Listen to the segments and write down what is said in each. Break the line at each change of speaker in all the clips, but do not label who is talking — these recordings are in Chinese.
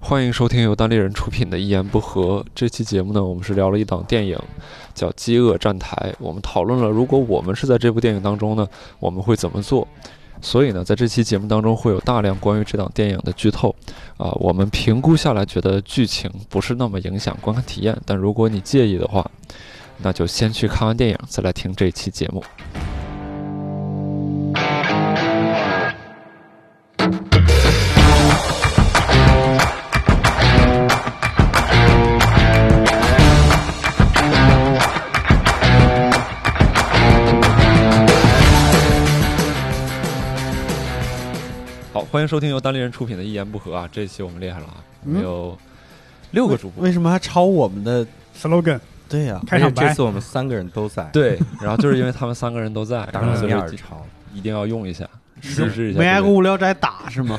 欢迎收听由当地人出品的《一言不合》。这期节目呢，我们是聊了一档电影，叫《饥饿站台》。我们讨论了，如果我们是在这部电影当中呢，我们会怎么做？所以呢，在这期节目当中会有大量关于这档电影的剧透啊。我们评估下来，觉得剧情不是那么影响观看体验。但如果你介意的话，那就先去看完电影，再来听这期节目。好，欢迎收听由单立人出品的《一言不合》啊！这一期我们厉害了啊，我们
嗯
有六个主播。
为什么还抄我们的？
slogan
对呀、
开场
而且这
白
次我们三个人都在，，
对，然后就是因为他们三个人都在，
当
然后
着
就
面儿
是
吵，
一定要用一下，实施一下。
没挨过，无聊斋打是吗？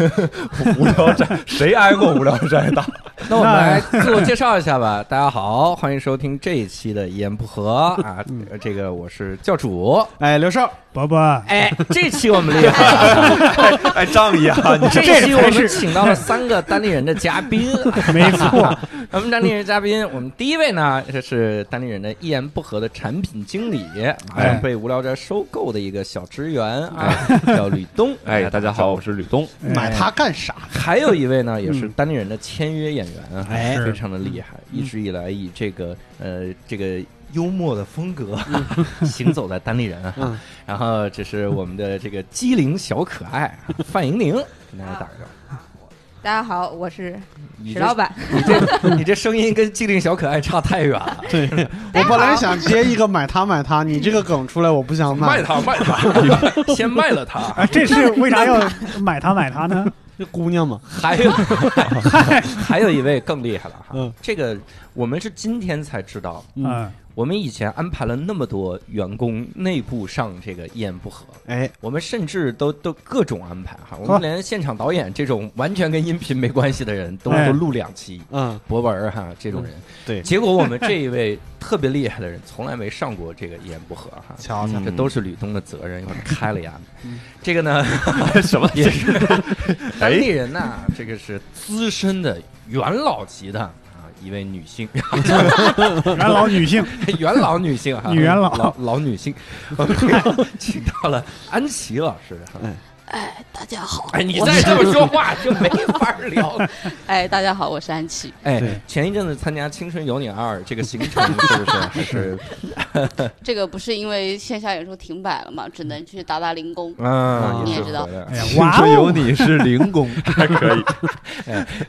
无聊斋，谁挨过无聊斋的？那我们来自我介绍一下吧。大家好，欢迎收听这一期的《一言不合》啊，呃这个我是教主。
哎，刘少，
伯伯，
哎，这期我们厉害 了，
哎，仗 义啊！你
这期我
才
们
是
请到了三个当地人的嘉宾。
没错，
我们当地人嘉宾，我们第一位呢，这是当地人的一言不合的产品经理，马上被无聊斋收购的一个小职员啊，叫吕东。
哎，大家好，我是吕东。
买它干啥？
还有一位呢，也是当地人的签约演员，啊
哎
非常的厉害，一直以来以这个呃这个幽默的风格 行走在当地人啊
嗯。
然后这是我们的这个机灵小可爱啊范莹莹，跟大家打个招呼。
大家好，我是
你
史
这
老板。
你 这你这声音跟机灵小可爱差太远了。
对，我本来想接一个买它买它，你这个梗出来我不想买，
他，哎卖他，先卖了他。
啊，这是为啥 要买它买它呢？
这姑娘嘛，
还 有还有一位更厉害了哈
嗯，
这个我们是今天才知道，
嗯，
我们以前安排了那么多员工内部上这个一言不合，
哎，
我们甚至都都各种安排哈，我们连现场导演这种完全跟音频没关系的人都
哎
都录两期，
嗯，
博文儿哈这种人，
对
结果我们这一位特别厉害的人从来没上过这个一言不合哈。
瞧瞧，
这都是吕东的责任，一会儿开了呀。这个呢，
什么？
也是当地人呐、这个是资深的元老级的啊一位女性，
嗯
元老女性，
元老女性哈，
女元老
老老女性， 我们请到了安琪老师。
嗯
哎，大家好。
哎，你
我
再
是
这么说话就 没法聊。
哎，大家好，我是安琪。
哎
对，
前一阵子参加《青春有你二》这个行程，是不 是还是
这个不是因为线下演出停摆了嘛，只能去打打零工。
啊，
你
也
也
是
知道
回来了
哎呀，哇哦，
你是零工，还可以。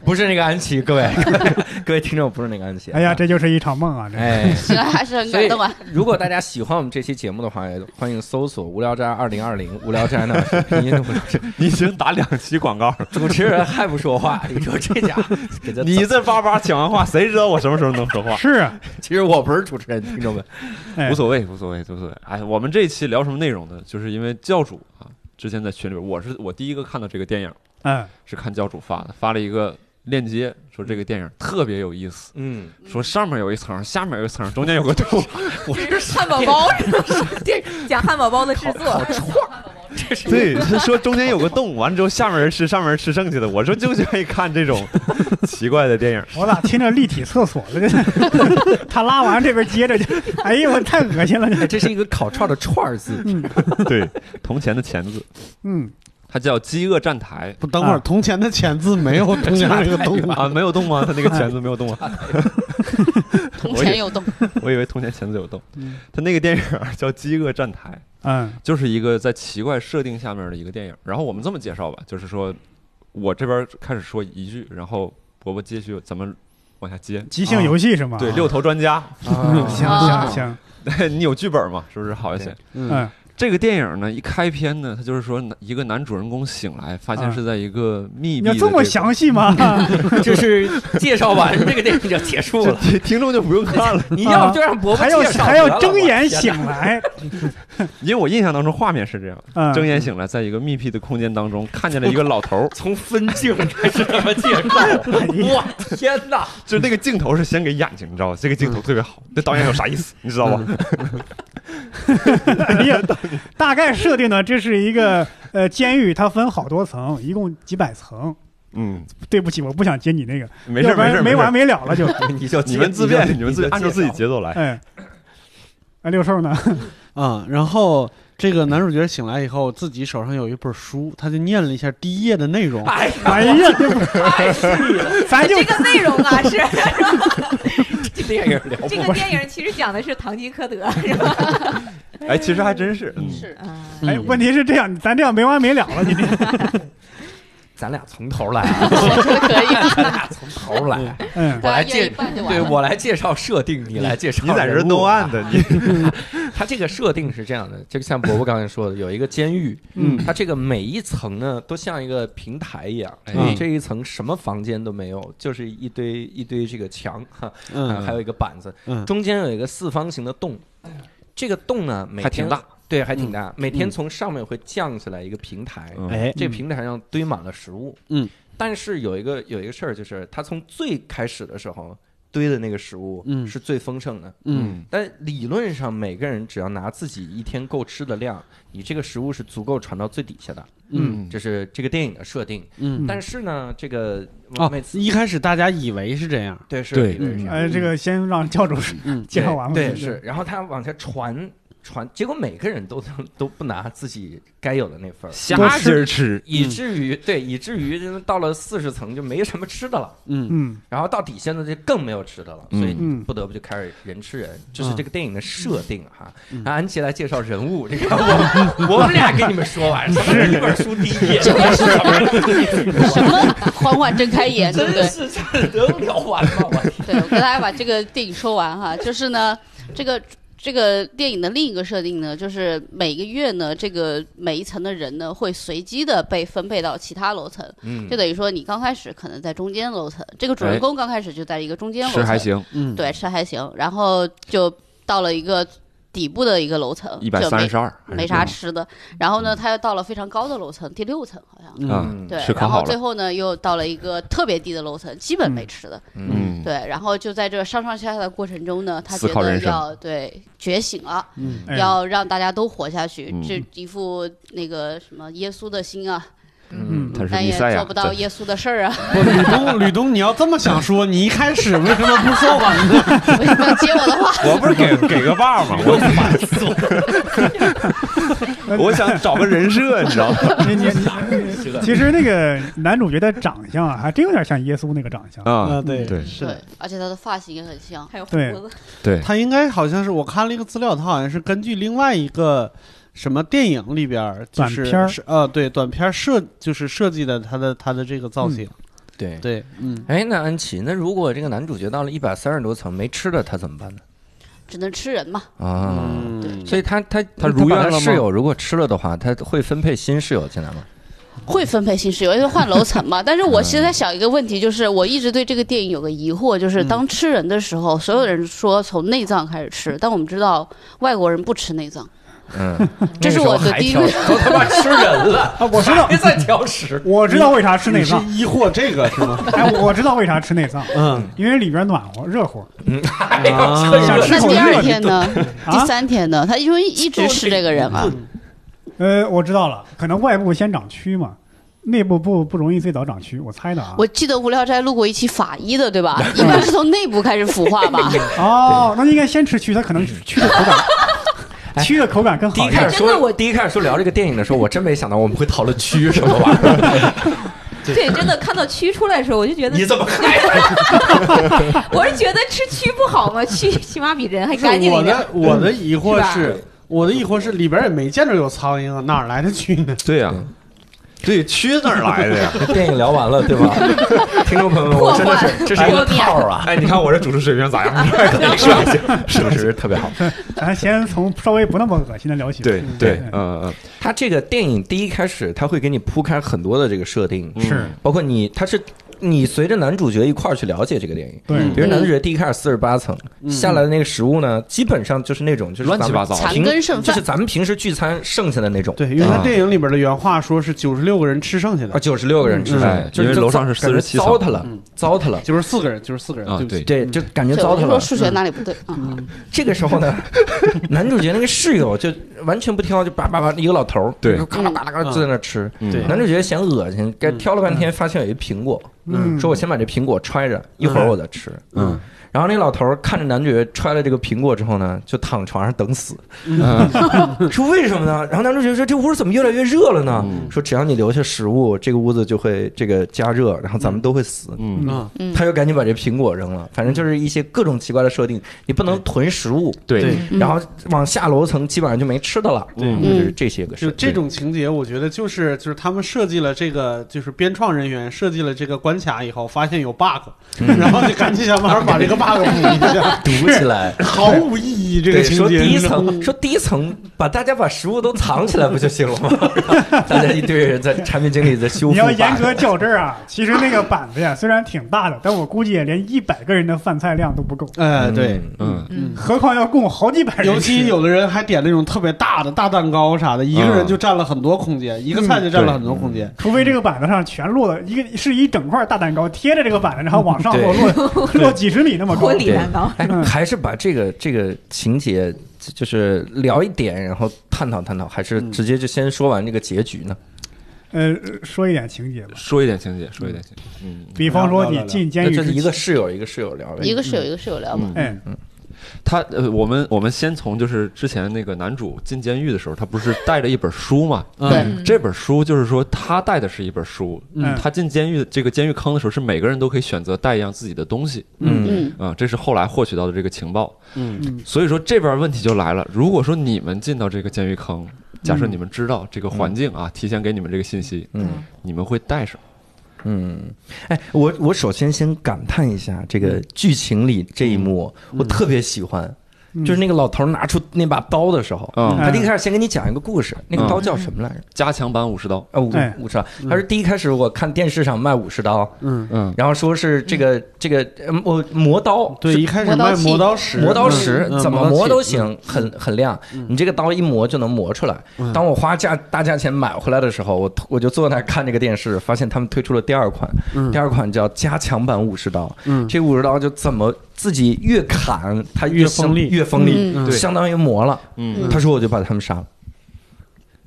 不是那个安琪，各位 各位听众，不是那个安琪。啊
哎呀，，这就是一场梦啊！这
哎。
行，还是很
所
感
以
动啊。，
如果大家喜欢我们这期节目的话，欢迎搜索“无聊斋二零二零”，无聊斋呢是拼音的无聊斋。
你已经打两期广告了，
主持人还不说话，你说这 家伙给 他
你这叭叭讲完话，谁知道我什么时候能说话？
是啊，
其实我不是主持人，听众们，
哎
无所谓，无所谓，无所谓。哎，我们这一期聊什么内容呢？就是因为教主啊，之前在群里边，我是我第一个看到这个电影，
嗯，
是看教主发的，发了一个链接，说这个电影特别有意思，
嗯，
说上面有一层，下面有一层，中间有个 洞。
这是汉堡包，这是讲汉堡包的制作。
对，他说中间有个洞，完了之后下面人吃，上面人吃剩下的。我说就愿意看这种奇怪的电影。
我咋听着立体厕所了？这 他拉完这边接着就， 哎呀，我太恶心了！这
哎这是一个烤串的串儿 字，
对，铜钱的钱字，
嗯，
它叫饥饿站台
不，等会儿
啊
铜钱的钱字没有铜钱这个动
啊，没有洞 吗？它那个钱字没有洞 啊，
铜钱有洞，
我以为铜钱钱字有洞
嗯。
它那个电影儿叫《饥饿站台》，
嗯，
就是一个在奇怪设定下面的一个电影。然后我们这么介绍吧，就是说我这边开始说一句，然后伯伯接续，咱们往下接。
即兴游戏是吗？
啊对，六头专家，
嗯，行
啊
行行，
你有剧本吗？是不是好一些
对？
嗯，
嗯
这个电影呢，一开篇呢，它就是说一个男主人公醒来，发现
啊
是在一个密闭
你
的
要
这个、
这么详细吗？
这是介绍完这个电影就结束
就
了。
听 听众就不用看了，
你要就让伯伯
还要
介绍
还
得
要
了
睁眼。
我，
醒来，
因为我印象当中画面是这样：
嗯，
睁眼醒来，在一个密闭的空间当中，看见了一个老头儿
从分镜开始这么介 绍，哇，天哪！
就那个镜头是先给眼睛，你知道吧？这个镜头特别
嗯
好，这导演有啥意思，你知道吧？
哎 呀， 大概设定呢，这是一个呃监狱，它分好多层，一共几百层。
嗯，
对不起，我不想接你那个，
没
要
事
不
没
然
事，
没完
没
没了 了就。
事，
你就
你们自
你
便，
就
你们自己
就
按照自己
介绍
节奏来。
哎，哎，六 兽呢？
啊、然后这个男主角醒来以后，自己手上有一本书，他就念了一下第一页的内容。
哎呀，
哎呀， 咱哎就
这个内容啊是
这电影聊
这个电影其实讲的是堂吉诃德，是吧？
哎，其实还真是，嗯，
是
啊
哎，
嗯
问题是这样，咱这样没完没了了，你这
咱俩从头来啊，
可以，
咱俩从头来。
嗯，
我
大
来
家
介
约一半就完
对
了。
我来介绍设定，你来介绍。
你在这 no 案的， 你
它这个设定是这样的，就像伯伯刚才说的，有一个监狱，
嗯
它这个每一层呢都像一个平台一样，
哎
这一层什么房间都没有，就是一堆一堆这个墙哈、啊
嗯，
还有一个板子，
嗯
中间有一个四方形的洞，这个洞呢每天
还挺大，
对，还挺大，
嗯
每天从上面会降下来一个平台，
嗯
哎，
这平台上堆满了食物，
嗯，
但是有一个有一个事儿就是，它从最开始的时候堆的那个食物，
嗯
是最丰盛的，
嗯，
但理论上，每个人只要拿自己一天够吃的量，你这个食物是足够传到最底下的。
嗯
这是这个电影的设定。
嗯，
但是呢，这个我
哦
每，次、
一开始大家以为是这样，
对是
对
以为是
呃，这个先让教主
嗯
介绍完吧。
对是，然后他往下传传，结果每个人都都不拿自己该有的那份儿。
瞎劲儿吃，
以至于对，以至于到了四十层就没什么吃的了，
嗯
嗯
然后到底下呢就更没有吃的了，所以
嗯
不得不就开始人吃人，这是
嗯
这个电影的设定哈。
嗯
啊安琪来介绍人物，这个我我们俩给你们说完，什么一本书第一页，
什么 缓缓睁开眼，对不对
真？是这能聊完吗？我天，
对，我跟大家把这个电影说完哈，就是呢，这个这个电影的另一个设定呢，就是每个月呢，这个每一层的人呢，会随机的被分配到其他楼层，
嗯
就等于说你刚开始可能在中间楼层，这个主人公刚开始就在一个中间楼
吃
层，
哎还，行，
嗯，
对，吃还行，然后就到了一个底部的一个楼层，
一百
就没
三十二，
没啥吃的，然后呢，他又到了非常高的楼层，第六层好像。
嗯
嗯
对
吃，可
然
好
后
了
最后呢，又到了一个特别低的楼层，基本没吃的。
嗯
嗯，
对，然后就在这上上下下的过程中呢，他
思
觉
考
得
人生
要对觉醒了，
嗯
哎
要让大家都活下去，
嗯
这一副那个什么耶稣的心啊，
嗯，
他是
但
弥
也
赛
做
亚
不，到耶稣的事儿啊，
不，吕东，吕东，你要这么想说，你一开始为什么不说完呢？
为什么要接我的话？
我不是给给个爸吗？ 我
嗯，
我想找个人设，你知道吗？
你 你你，其实那个男主角的长相啊，还真有点像耶稣那个长相。
啊，
对
对
是
对
的，，
而且他的发型也很像，
还有胡
对
子，
对，
他应该好像是我看了一个资料，他好像是根据另外一个什么电影里边儿，就
短
嗯
片儿
是是呃，对，短片儿设就是设计的他的他的这个造型，
对。
对，嗯，
哎，那安琪，那如果这个男主角到了一百三十多层没吃的，他怎么办呢？
只能吃人嘛。
啊，
嗯
所以他他
他如愿
把
了吗
室友如果吃了的话，他会分配新室友进来吗？
会分配新室友，因为换楼层嘛。但是我现
嗯
在想一个问题，就是我一直对这个电影有个疑惑，
嗯
就是当吃人的时候，所有人说从内脏开始吃，但我们知道外国人不吃内脏，
嗯，
这是
那个时候
我的
还
第一
挑
个
都他妈吃人了，
啊，我知道，
别再挑食。
我知道为啥吃内
你是
脏。
疑惑这个是吗？
哎，我知道为啥吃内脏，
嗯，
因为里边暖和热乎
哎呦
啊
这
想
个
吃
那
口
第
热
二
的
天呢？第
啊。
三天呢？他因为一直是这个人嘛，
呃，我知道了，可能外部先长蛆嘛，内部不不容易最早长蛆，我猜的啊。
我记得无聊斋录过一期法医的，对吧？一般是从内部开始腐化吧？
哦，那应该先吃蛆，它可能蛆的口 感，
哎
蛆的口感更
第
好
一
一点
开。始说，我第一开始说聊这个电影的时候，我真没想到我们会讨论蛆什么玩意儿。
对，真的看到蛆出来的时候，我就觉得
你怎么还
我是觉得吃蛆不好吗？蛆起码比人还
是
干净
我
一点。
的我的疑惑
是
是。我的疑惑是里边也没见着有苍蝇啊，哪来的蛆 呢？
对呀，对，蛆哪儿来的 呀？
电影聊完了对吧？听众朋友们，我真的是这是一个套儿啊！
哎，你看我这主持水平咋 样？
是不是特别好？
咱哎先从稍微不那么恶心的聊 起。
对
嗯
对，嗯嗯，
他这个电影第一开始，他会给你铺开很多的这个设定，
嗯
是
包括你，他是你随着男主角一块儿去了解这个电影。
对
比如男主角第一开始四十八层
嗯
下来的那个食物呢，基本上就是那种就是咱
乱
们
七八糟
残
平
羹剩
就
饭
是咱们平时聚餐剩下的那种。
对，因为他
啊
电影里边的原话说是九十六个人吃剩下
啊，
的，
九十六个人吃
哎
饭，就
因为
就
楼上
糟
是
感觉
47
糟蹋了
嗯，
糟蹋了。
九十四个人，九十四个人，
啊
对不起，
对，就感觉
对，我
糟蹋
就
了
说。数学哪里不对啊？
这个时候呢，男主角那个室友就完全不挑，就叭叭叭一个老头儿，
对
就咔啦嘎啦嘎啦就在那吃。
嗯
对
男主角嫌恶心，该
嗯
挑了半天，发现有一苹果，
嗯
说我先把这苹果揣着，一会儿我再吃。
嗯
然后那老头儿看着男主角揣了这个苹果之后呢，就躺床上等死，
嗯
说为什么呢？然后男主角说这屋怎么越来越热了呢？
嗯
说只要你留下食物，这个屋子就会这个加热，然后咱们都会死。
嗯
嗯，
嗯
他又赶紧把这苹果扔了，反正就是一些各种奇怪的设定，你不能囤食物，
对，
嗯
然后往下楼层基本上就没吃的了，
嗯
就是这些个事
就
儿。
这种情节，我觉得就是就是他们设计了这个，就是编创人员设计了这个关卡以后，发现有 bug，然后就赶紧想办法把这个 bug 补一 下，
读起来，
毫无意义这个
对，
情
说
节。
第一
你知道吗
层，说第一层，把大家把食物都藏起来不就行了吗？ 大家一堆人在产品经理在修复。
你要严格较真儿啊，其实那个板子呀虽然挺大的，但我估计也连一百个人的饭菜量都不够，
哎，对，
嗯
嗯。
何况要供好几百人吃。
尤其有的人还点那种特别大的大蛋糕啥的，一个人就占了很多空间，一个菜就占了很多空间。
除非这个板子上全落了一个是一整块大蛋糕贴着这个板子，然后往上落落落几十米那么高
婚。礼蛋糕，
哎
嗯，
还是把这个这个情节就是聊一点，然后探讨探讨，还
嗯
是直接就先说完这个结局呢？
呃，说一点情节吧，
说一点情节，说一点情节，嗯，
比方说你进监
那
狱
这
之
是一
前，
个室友一个室友聊呗，
一个室友一个室友聊嘛，
哎，
嗯他呃，我们我们先从就是之前那个男主进监狱的时候，他不是带着一本书 嘛？
嗯，
这本书就是说他带的是一本书，
嗯
他进监狱这个监狱坑的时候，是每个人都可以选择带一样自己的东西
嗯，
嗯
啊、这是后来获取到的这个情报。
嗯
嗯
所以说这边问题就来了，如果说你们进到这个监狱坑，假设你们知道这个环境啊，提前给你们这个信息，
嗯
你们会带什么？
嗯，哎，我我首先先感叹一下这
嗯
个剧情里这一幕，我特别喜欢，
嗯
就是那个老头拿出那把刀的时候，
嗯，
他第一开始先给你讲一个故事，那
嗯
个刀叫什么来着？
加强版武士刀。
啊，武
哎
武士刀。他说第一开始我看电视上卖武士刀，
嗯，
嗯
然后说是这个这个呃磨磨刀，
对，一开始卖磨刀石，
磨刀石
嗯
怎么磨都，
嗯嗯
行，很很亮。你这个刀一磨就能磨出来。当我花价大价钱买回来的时候，我我就坐在那儿看这个电视，发现他们推出了第二款，
嗯
第二款叫加强版武士刀。
嗯
这武士刀就怎么自己越砍它越
越
像
锋利嗯
越锋
嗯
利，
对
相当于磨了。
嗯
他说我就把他们杀了，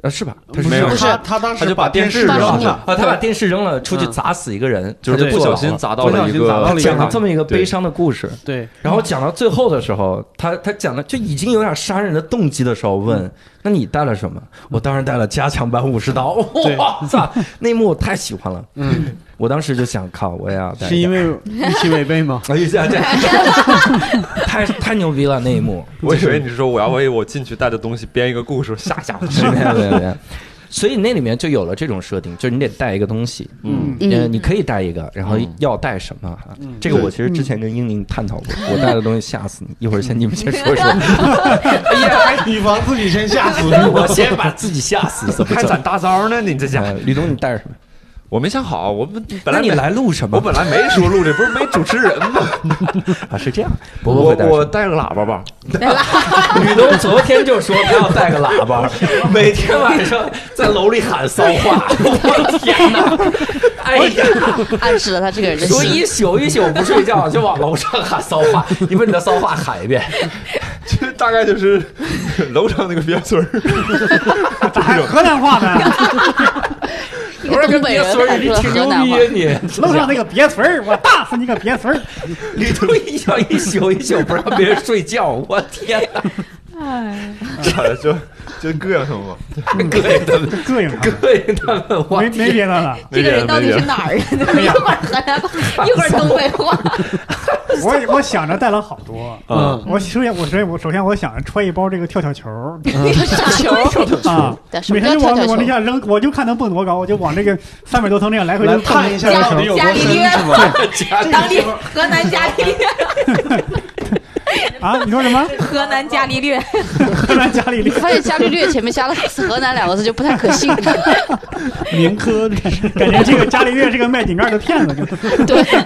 呃，是吧？他
不
是
没有
是
不是
他，他当
他
时
就把电视
视扔
扔
了
了，
啊，他把电视扔了，出去
嗯
砸死一个人，
就是是不小
坐牢
心
了啊
砸到了一
不小心砸到
个
了一个
讲了这么一个悲伤的故事。
对，
然后讲到最后的时候，他他讲的就已经有点杀人的动机的时候，
嗯
问：“那你带了什么？”我当然带了加强版武士刀。
对
哇操，那一幕我太喜欢了。
嗯，
我当时就想，靠，我也要带一点。
是因 为一起违背吗？
哎呀，这太太牛逼了那一幕。
我以为你是说我要为我进去带的东西编一个故事吓 吓我。
没有没有没有。所以那里面就有了这种设定，就是你得带一个东西，
嗯
呃，
嗯
你可以带一个，然后
嗯
要带什么哈？这个我其实之前跟英宁探讨过，我带的东西吓死你。一会儿先你们先说说，
以防自己先吓死。
我先把自己吓死，怎么
还
整
攒？大招呢？你这家
哎
伙，
吕东，你带着什么？
我没想好，我本本
那
来
你
没
来录什么？
我本来没说录这，不是没主持人吗？
啊是 这样，伯伯
我
会带
我
什
带个喇叭吧，
么吕东昨天就说他要带个喇 叭，每天晚上在楼里喊骚 话。我的天哪！哎呀，
暗示了他这个人的
所以
心。
一宿一宿不睡觉就往楼上喊骚话，你把你的骚话喊一遍。
这大概就是楼上那个鳖孙儿，
咋还河南话呢？
一个东北人喊出了河南话，
你
楼上那个别村儿，我打死你个别村儿！
吕东一宿一宿一宿不让别人睡觉，我天哪！
哎，
嗯
就就膈应他们嘛。
膈应他们，
膈应他，
膈应他们，我
没没别的了。
这个人到底是哪儿人？
哎
一会儿河南话，一会儿东北话，
啊
我我想着带了好多，
嗯，
我首先我首先我首先我想着揣一包这个跳跳球儿
啥球？
啊，
对什
每
么叫
天就
跳
往
跳
往那
球？
下扔，我就看能蹦多高，我就往这个三百多层那样来回
来
就
探一下
蹦
到底有多
家里
深
边
是吧？
当地河南家里
啊，你说什么？
河南伽利略，
河南伽利略
发现伽利略前面加了“河南”两个字就不太可信。
民科这是
感觉这个伽利略是个卖井盖的骗子，就是
对，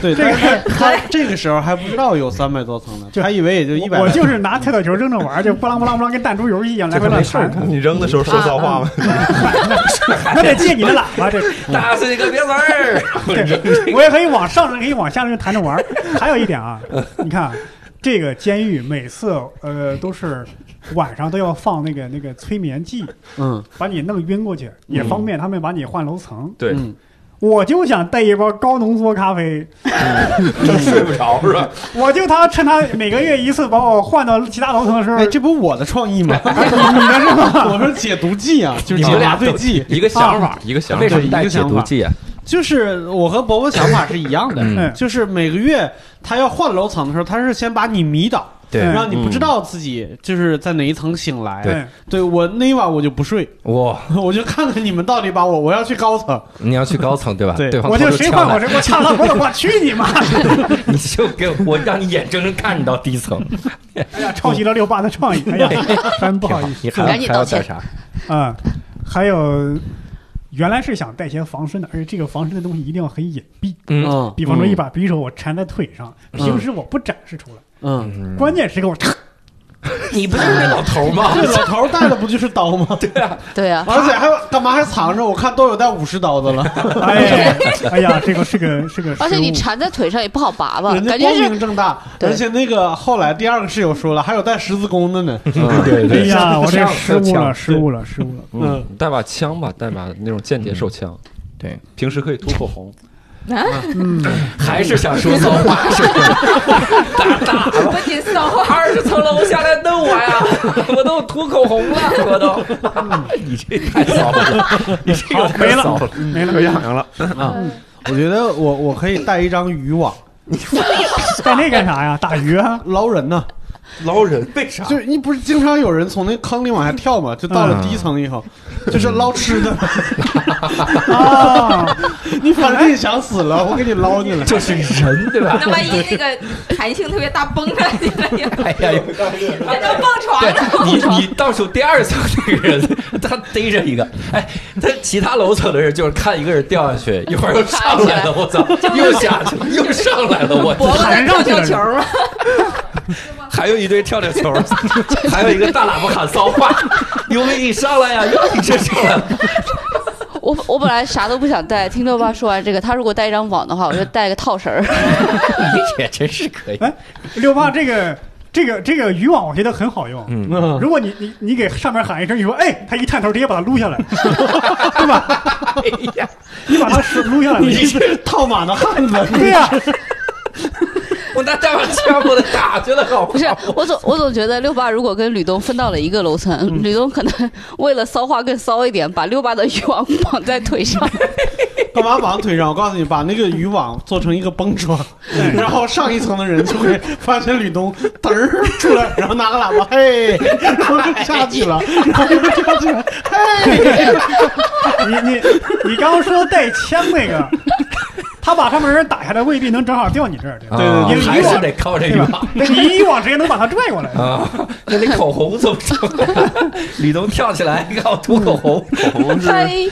对，但是他他这个时候还不知道有三百多层呢，
就
他以为也就一百。
我就是拿彩彩球扔着玩儿，就不啷不啷不啷，跟弹珠游戏一样来回乱弹。
你扔的时候说脏话吗？
那得借你的喇叭，这
打死你个别玩儿！
对，我也可以往上扔，可以往下扔，弹着 玩儿。还有一点啊，你看啊，这个监狱每次呃都是晚上都要放那个那个催眠剂，
嗯，
把你弄晕过去，也方便他们把你换楼层。
对
嗯
我就想带一包高浓缩咖 啡，
这睡不着是吧？
我就他趁他每个月一次把我换到其他楼层的时候，
哎，这不是我的创意 吗？我说解毒剂啊，就
你
是解
们
麻
俩
醉
都
剂，啊
一个想法，一个想
为
法
什。么带解毒剂啊？
就是我和伯伯想法是一样的，
嗯
就是每个月他要换楼层的时候，他是先把你迷倒，
对
让你不
嗯
知道自己就是在哪一层醒来。
对，
对我那一晚我就不睡，
哇，
我就看看你们到底把我，我要去高层。
你要去高层对吧？
对
对方
我
偷
就
偷
谁
撬
换我
来
谁，我掐他脖子，我去你妈！
你就给我我让你眼睁睁看你到低层，
哎呀，抄袭了六爸的创意，哎呀，真不好意思。
你还
赶紧
还要
道歉
干啥？
啊、还有原来是想带些防身的，而且这个防身的东西一定要很隐蔽。
嗯
嗯
比方说，一把匕首我缠在腿上，
嗯
平时我不展示出来，
嗯，
关键时刻我嚓，
你不就是那老头吗？
这老头儿带的不就是刀吗？对，
对啊，
而且还有干嘛还藏着？我看都有带武士刀的了，
哎呀，哎呀，这个是个是个失误，
而且你缠在腿上也不好拔吧？
人家
感
光
觉是
明正大。
对
而且那个后来第二个室友说了，还有带十字弓的呢。
嗯
对
哎
对，
呀，我这失误
像
了，失误了，失误了。
嗯
嗯，带把枪吧，带把那种间谍手枪。
对，
平时可以涂口红。
嗯，
还是想说骚话是吧？打打
不仅骚话，
二十层楼下来弄我呀！我都涂口红了，我都。你这太骚 了，你这个
没
太骚
了，没了，
痒痒了。
我觉得我我可以带一张渔网
带那干啥呀？打鱼 啊？
捞人呢。
捞人为啥？
就是你不是经常有人从那坑里往下跳吗？就到了第一层以后，就是捞吃的，
啊，
你反正也想死了，我给你捞进来。
就是人对吧？
那万一那个弹性特别大崩着你了，你
哎 呀，
还能蹦床
对
呢？
你你倒数第二层那个人，他逮着一个，哎，他其他楼层的人就是看一个人掉下去，一会儿又上来了，我操，又下去了，又上来了，我
伯伯在跳跳球吗？
还有一堆跳跳球，还有一个大喇叭喊骚话，刘威你上来呀，又你这上来了，
我我本来啥都不想带，听豆爸说完这个，他如果带一张网的话，我就带个套绳儿。
你也真是可以。
六爸这个。这个这个渔网我觉得很好用，
啊
嗯
如果你你你给上面喊一声，你说哎，他一探头直接把它 撸下来，对吧？
哎呀，
你把它手撸下来，
你是 套马的汉子，
对呀、
我拿大把枪我得打去了，好
不
不
是
好？，
我总我总觉得六八如果跟吕东分到了一个楼
嗯
层，吕东可能为了骚话更骚一点，把六八的渔网绑在腿上。
干嘛绑腿上？我告诉你，把那个渔网做成一个蹦床，然后上一层的人就会发现吕东嘚儿出来，然后拿个喇叭嘿，然后就下去了，然后就下去了。
你你你刚刚说带枪那个，他把上面人打下来，未必能正好掉你这儿，对吧？
啊
因为
还是得靠这
对
一把
吧？你一网直接能把他拽过来，
啊！那你口红怎么整啊？李东跳起来，你看我涂口红，
口红是
嘿，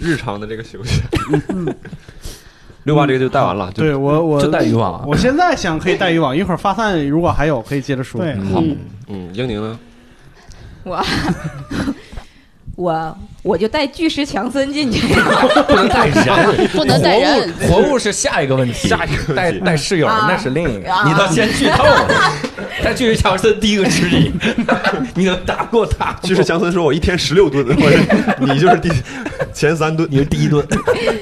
日常的这个休 闲。六八这个就带完了，就
对我我
就带渔网了。
我现在想可以带渔网，一会儿发散如果还有可以接着说。
对，
好
嗯，
嗯，英宁 呢？
我我我就带巨石强森进去，
不能 带人，
不能带人。
活物活物是下一个问题，
下一个问题
带带室友
啊
那是另一个
啊，
你倒先剧透 了，他巨石强森第一个吃你， 你能打过他吗？
巨石强森说：“我一天十六吨，我说你就是第前三吨，
你是第一顿，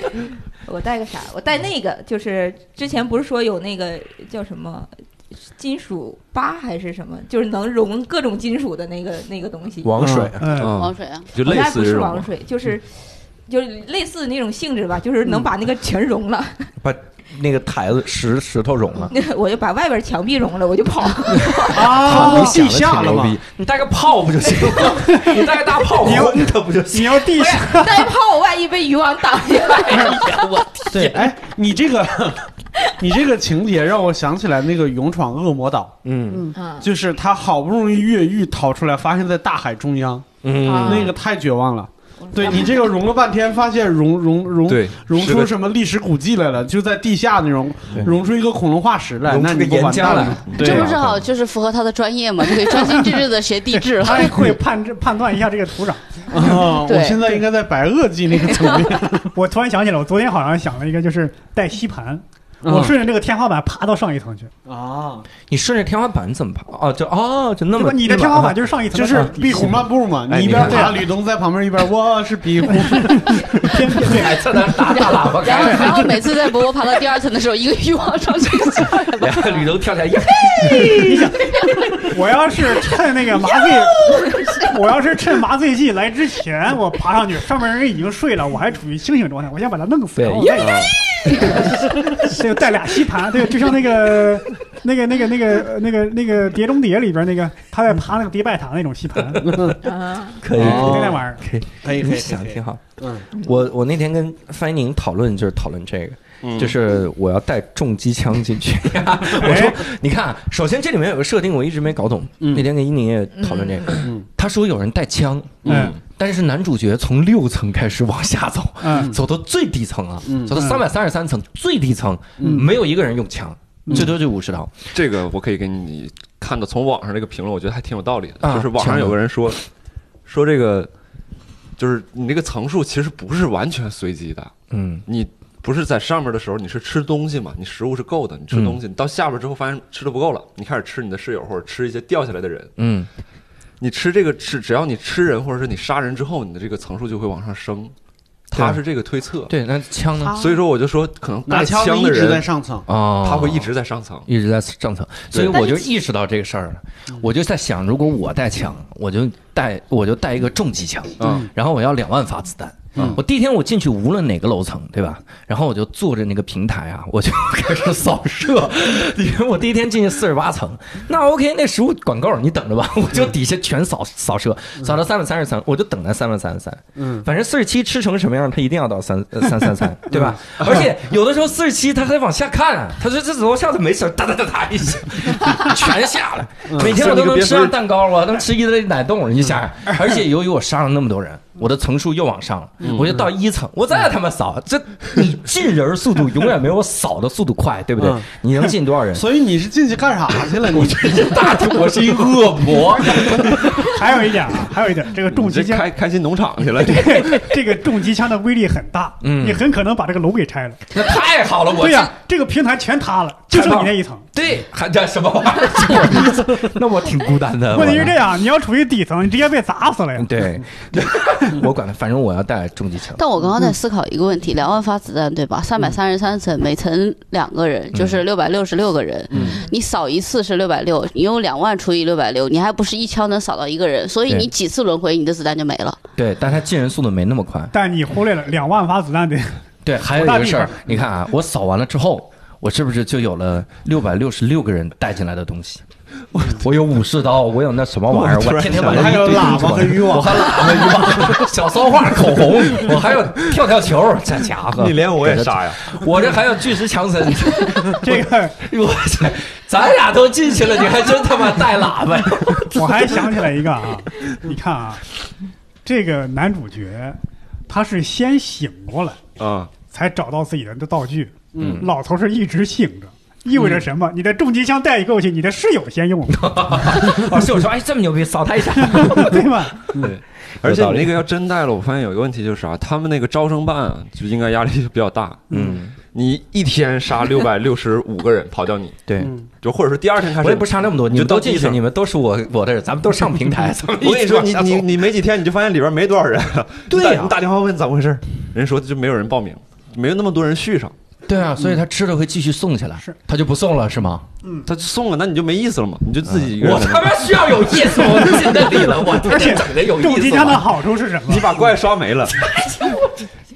我带个啥？我带那个，就是之前不是说有那个叫什么金属八还是什么，就是能溶各种金属的那个那个东西。
王水
嗯，
嗯
王，水啊，
就
我
类
带
似
不
这
是
种
王
吗。
水，就是。就是类似那种性质吧，就是能把那个全融了，
把那个台子石石头啊融了。
那我就把外边墙壁融了，我就跑。
啊
不，地下了吗？
你带个炮不就行了？你带个大炮轰他不就行？
你要地下，
带炮，万一被渔网挡下来，
哎呀，我
对，哎，你这个你这个情节让我想起来那个《勇闯恶魔岛
嗯
啊》，
就是他好不容易越狱逃出来，发现在大海中央，
嗯
啊
那个太绝望了。
我
对
知道
你这个融了半天，发现融融融
对，
融
是
出
的
什么历史古迹来了，就在地下那种
对
融出一个恐龙化石来，
融
那
出个
你不
岩
完
浆
蛋
来
了。，
啊
这
对啊
不正好就是符合他的专业嘛，就可以专心致志的学地 质了。
哎
他会判这判断一下这个土壤。
啊！我
对
现在应该在白垩纪那个层 面。
我突然想起来，我昨天好像想了一个，就是带吸盘，我顺着这个天花板爬到上一层去。
啊，
你顺着天花板怎么爬？哦，就哦，就那
对
么
吧？你的天花板就是上一层
就
的
是
上，
壁虎漫步嘛，
哎
你一边
你看
爬，吕东在旁边一边，我是壁虎。
天对
还在那打大喇叭
然后，
开，
然后每次在伯伯爬到第二层的时候，一个欲望上去，
然后吕头跳起来，呀
我要是趁那个麻醉，我要是趁麻醉剂来之前，我爬上去，上面人已经睡了，我还处于清醒状态，我先把他弄死，
对
然后我再 这个带俩吸盘，对，就像那个那个那个那个那个那个《碟中谍》里边那个他在爬那个迪拜塔那种吸盘，就
啊，
可以，
哦
那玩意儿。
可以，
可以可以
你
可以
想挺好。
嗯，
我我那天跟范宁讨论，就是讨论这个，
嗯
嗯
就是我要带重机枪进去。 我说，你看啊，首先这里面有个设定我一直没搞懂。
嗯
那天跟伊宁也讨论这个，
嗯
他说有人带枪，
嗯
但是男主角从六层开始往下走，
嗯
走到最低层啊，
嗯
走到三百三十三层最低层，没有一个人用枪，最多就五十刀。
这个我可以给你看到从网上这个评论，我觉得还挺有道理的。
啊
就是网上有个人说，说这个就是你这个层数其实不是完全随机的，
嗯，
你不是在上面的时候你是吃东西嘛，你食物是够的，你吃
嗯
东西，你到下边之后发现吃的不够了，你开始吃你的室友或者吃一些掉下来的人，
嗯，
你吃这个吃，只要你吃人或者是你杀人之后，你的这个层数就会往上升，
对
他是这个推测。
对，那枪呢？
所以说我就说，可能
拿
带
枪
枪的
的一直在
人
上层。
哦，
他会一直在上层。
一直在上层，所以
对
我就意识到这个事儿了。我就在想，如果我带枪，我就带我就带一个重机枪，
嗯
然后我要两万发子弹。
嗯
我第一天我进去无论哪个楼层，对吧？然后我就坐着那个平台啊，我就开始扫射。 因为我第一天进去四十八层，那 OK，那食物管够，你等着吧，我就底下全扫扫射，扫到三百三十层，我就等在三百三十三。
嗯，
反正四十七吃成什么样，他一定要到三呃 三三三，
嗯
对吧？而且有的时候四十七他还往下看、啊，他说这楼下怎么没事？哒哒哒哒一 下，全下来。
嗯
每天我都能吃上蛋糕，我能吃一堆奶冻一下。
嗯
而且由于我杀了那么多人，我的层数又往上了，
嗯
我就到一层，我再他妈扫，这你进人速 度永远没有我扫的速度快，对不对
嗯？
你能进多少人？
所以你是进去干啥去了？你
大体我是一恶魔，
还有一点啊，还有一点，这个重
你这
机枪，
开开心农场 去了，
这个重机枪的威力很大，
嗯
你很可能把这个楼给拆了。
那太好了，我
对呀，这个平台全塌了，就剩你那一层。
对，还这什么玩意 儿？那呃我挺孤单的。
问题是这样，你要处于底层，你直接被砸死了呀
我，。嗯 对，我管他，反正我要带重机枪。
但我刚
嗯
刚在思考一个问题：两万发子弹对吧？三百三十三层，每层两个人，就
嗯
是六百六十六个人。你扫一次是六百六，你用两万除以六百六，你还不是一枪能扫到一个人？所以
对
你几次轮回，你的子弹就没了。
对，但他进人速度没那么快。
但你忽略了两万发子弹得
对，还有一
大
个
地
事儿
方，
你看啊，我扫完了之后，我是不是就有了六百六十六个人带进来的东 西？我有武士刀，我有那什么玩意儿，
我突
我
然
天天
想
晚
到
上
还有
一堆
喇叭和渔网
我还有喇叭和 渔网，小骚话、口红，我还有跳跳球，这家伙，
你连我也杀呀？
我这还有巨石强 森，
这个，
我这咱俩都进去了，你还真他妈带喇叭呀？
我还想起来一个啊，你看啊，这个男主角他是先醒过来，
啊，
才找到自己的道具。
嗯，
老头是一直醒着，意味着什么？你的重机枪带一过去，你的室友先用，
老师，我说，哎，这么牛逼，扫他一下。
对吧？
而且你那个要真带了，我发现有一个问题就是啥、啊他们那个招生办啊，就应该压力就比较大。
嗯，
你一天 杀六百六十五个人，跑掉你，
对。
就或者是第二天开始，
我也不差那么多，你
就
们都
到
进
地
去，
上
你们都是我我的人，咱们都上平 台，咱们
我跟你说，
一
你
起往下
你
走
你没几天你就发现里边没多少人，
对啊呀
你打你打电话问咋回事儿，
人说就没有人报名，没有那么多人续上，
对啊，所以他吃的会继续送起来，
是
他就不送了是吗？
他就送了，那你就没意思了嘛，你就自己一个
嗯我
人在那
他妈需要有意思，我进那里了，我天
而且
天整的有
重
意
机
思
枪的
吗？
好处是什么
你？把怪刷没了，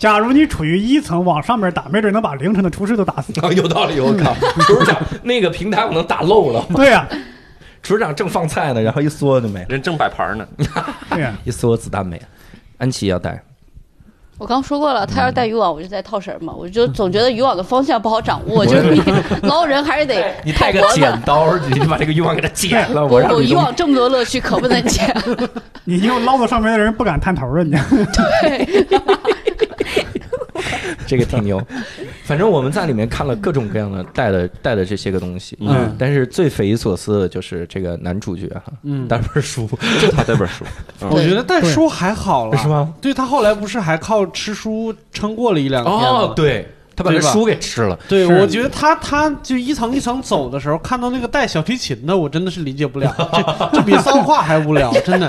假如你处于一层往上面打，没准能把凌晨的厨师都打死。
有道理，我 靠！厨师长那个平台我能打漏了，
对呀、
厨师长正放菜呢，然后一缩就没了，
人正摆盘呢。
对呀、
一缩子弹没了。安琪要带，
我刚说过了，他要是带
嗯
渔网，我就在套绳嘛，我就总觉得渔网的方向不好掌 握，就是你 捞人还是得
你
靠
带个
脖子。
剪刀，你就把这个欲望给它剪 了。
我
让
我
吕
渔
东
网这么多乐趣，可不能减。
你就捞到上面的人不敢探头了，啊你知道吗
对，
这个挺牛。 反正我们在里面看了各种各样的带的带的这些个东西，啊
嗯
但是最匪夷所思的就是这个男主角哈，
嗯，
带本书
就他这本书，
我觉得带书还好了，
是？吗？
对他后来不是还靠吃书撑过了一两天吗？
哦对，他把
嗯对
这
吧
书给吃了。
对，
是
我觉得他他就一层一层走的时候，看到那个带小提琴的，我真的是理解不了，这这比骚话还无聊，真的。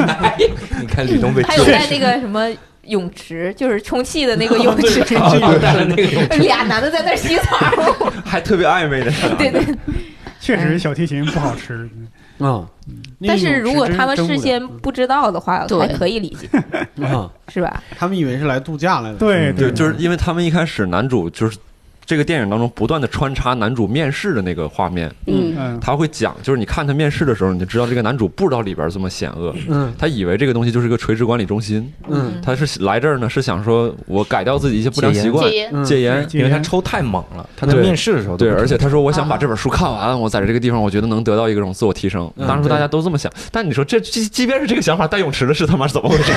你看李东被
还有在那个什么泳池，就是充气的那个泳池，
啊对 带了那个
俩男的在那儿洗澡儿，
还特别暧昧 的，
对对。
确实小提琴不好吃。
啊，那泳
但是
池
如果
真
他们
真无
事
聊
先不知道的话，
对
还可以理解，
啊，
是吧？
他们以为是来度假来的。
对
对，嗯就是是因为他们一开始男主就是这个电影当中不断的穿插男主面试的那个画面，
嗯，
嗯，
他会讲，就是你看他面试的时候，你就知道这个男主不知道里边这么险恶，
嗯
他以为这个东西就是一个垂直管理中心，
嗯
他是来这儿呢是想说我改掉自己一些不良习惯
戒，烟。
嗯
戒烟。
戒
因为他
烟
抽太猛了，他在
对
面试的时候都
对，
不
而且
抽
他说我想
啊
把这本书看完，我在这个地方我觉得能得到一种自我提升。
嗯
当初大家都这么想，但你说这即即便是这个想法，带泳池的是他妈怎么回事？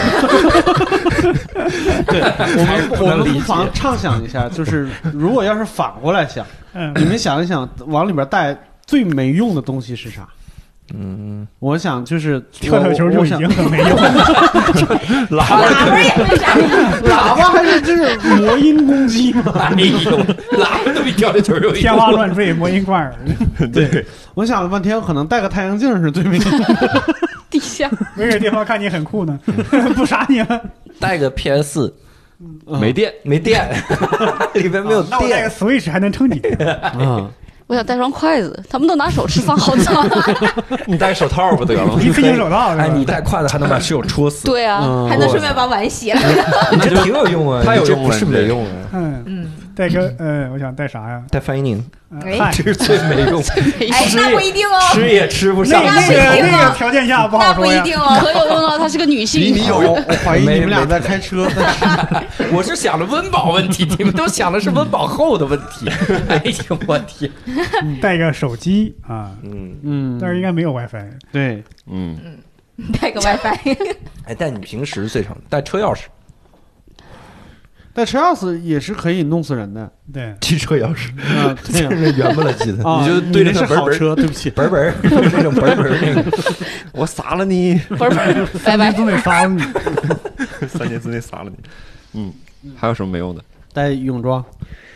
对，我们
不
我
能
们
理
不妨畅想一下，就是如果要是反过来 想，
嗯
你们想一想，往里边带最没用的东西是啥？
嗯，
我想就是
跳跳球
我
就
我
已
想
经很没用了。
喇叭也没啥，
喇叭还是这是魔音攻击嘛？
哎呦， 哪那么一跳这球又一
天花乱坠，魔音贯耳。
对，我想了半天，可能戴个太阳镜是最没用的。
地下
没准对方看你很酷呢，不杀你了。
带个 PS 四
没电，
没电，里边没有
啊那我带
电，
个 Switch 还能撑几天？
啊，
我想带双筷子，他们都拿手吃饭，好脏。
你戴个手套不得 了吗？
一次性手套是吧
哎，你带筷子还能把室友戳死，
对啊，
嗯
还能顺便把碗洗了。
你这挺有用啊，
太有
你这
用
不
了
是
你这
没用啊，
嗯，
嗯，
带个呃，我想带啥呀？
带翻译宁，
呃
哎
嗨，
这是 最没用，
没
哎，那不一定哦，
吃也吃不
那
上哎
个，
那
那
不一
个
定
那
啊
个条件下不
那
好
不
说
一
呀。
定哦。
可有用啊到她是个女
比
性。
你有用。 我怀疑
没
你们俩
没
在开车，但是
我是想了温饱问题， 你们都想的是温饱后的问 题。哎呦，我天！
带个手机啊，
嗯，
嗯
但是应该没有 WiFi。
对，
嗯，
带个 WiFi，
哎，但你平时最常带车钥匙，
但车钥匙也是可以弄死人的。
对，
汽车钥匙，
啊，对啊
这圆不拉几的，
啊，
你就对着
那
它
是
本儿
好车，对不 起。
本本那种本本那个，
我撒了你，
不是不是，拜拜。
都得杀你。
三年之内撒了你。 嗯，还有什么没用的？
带泳 装，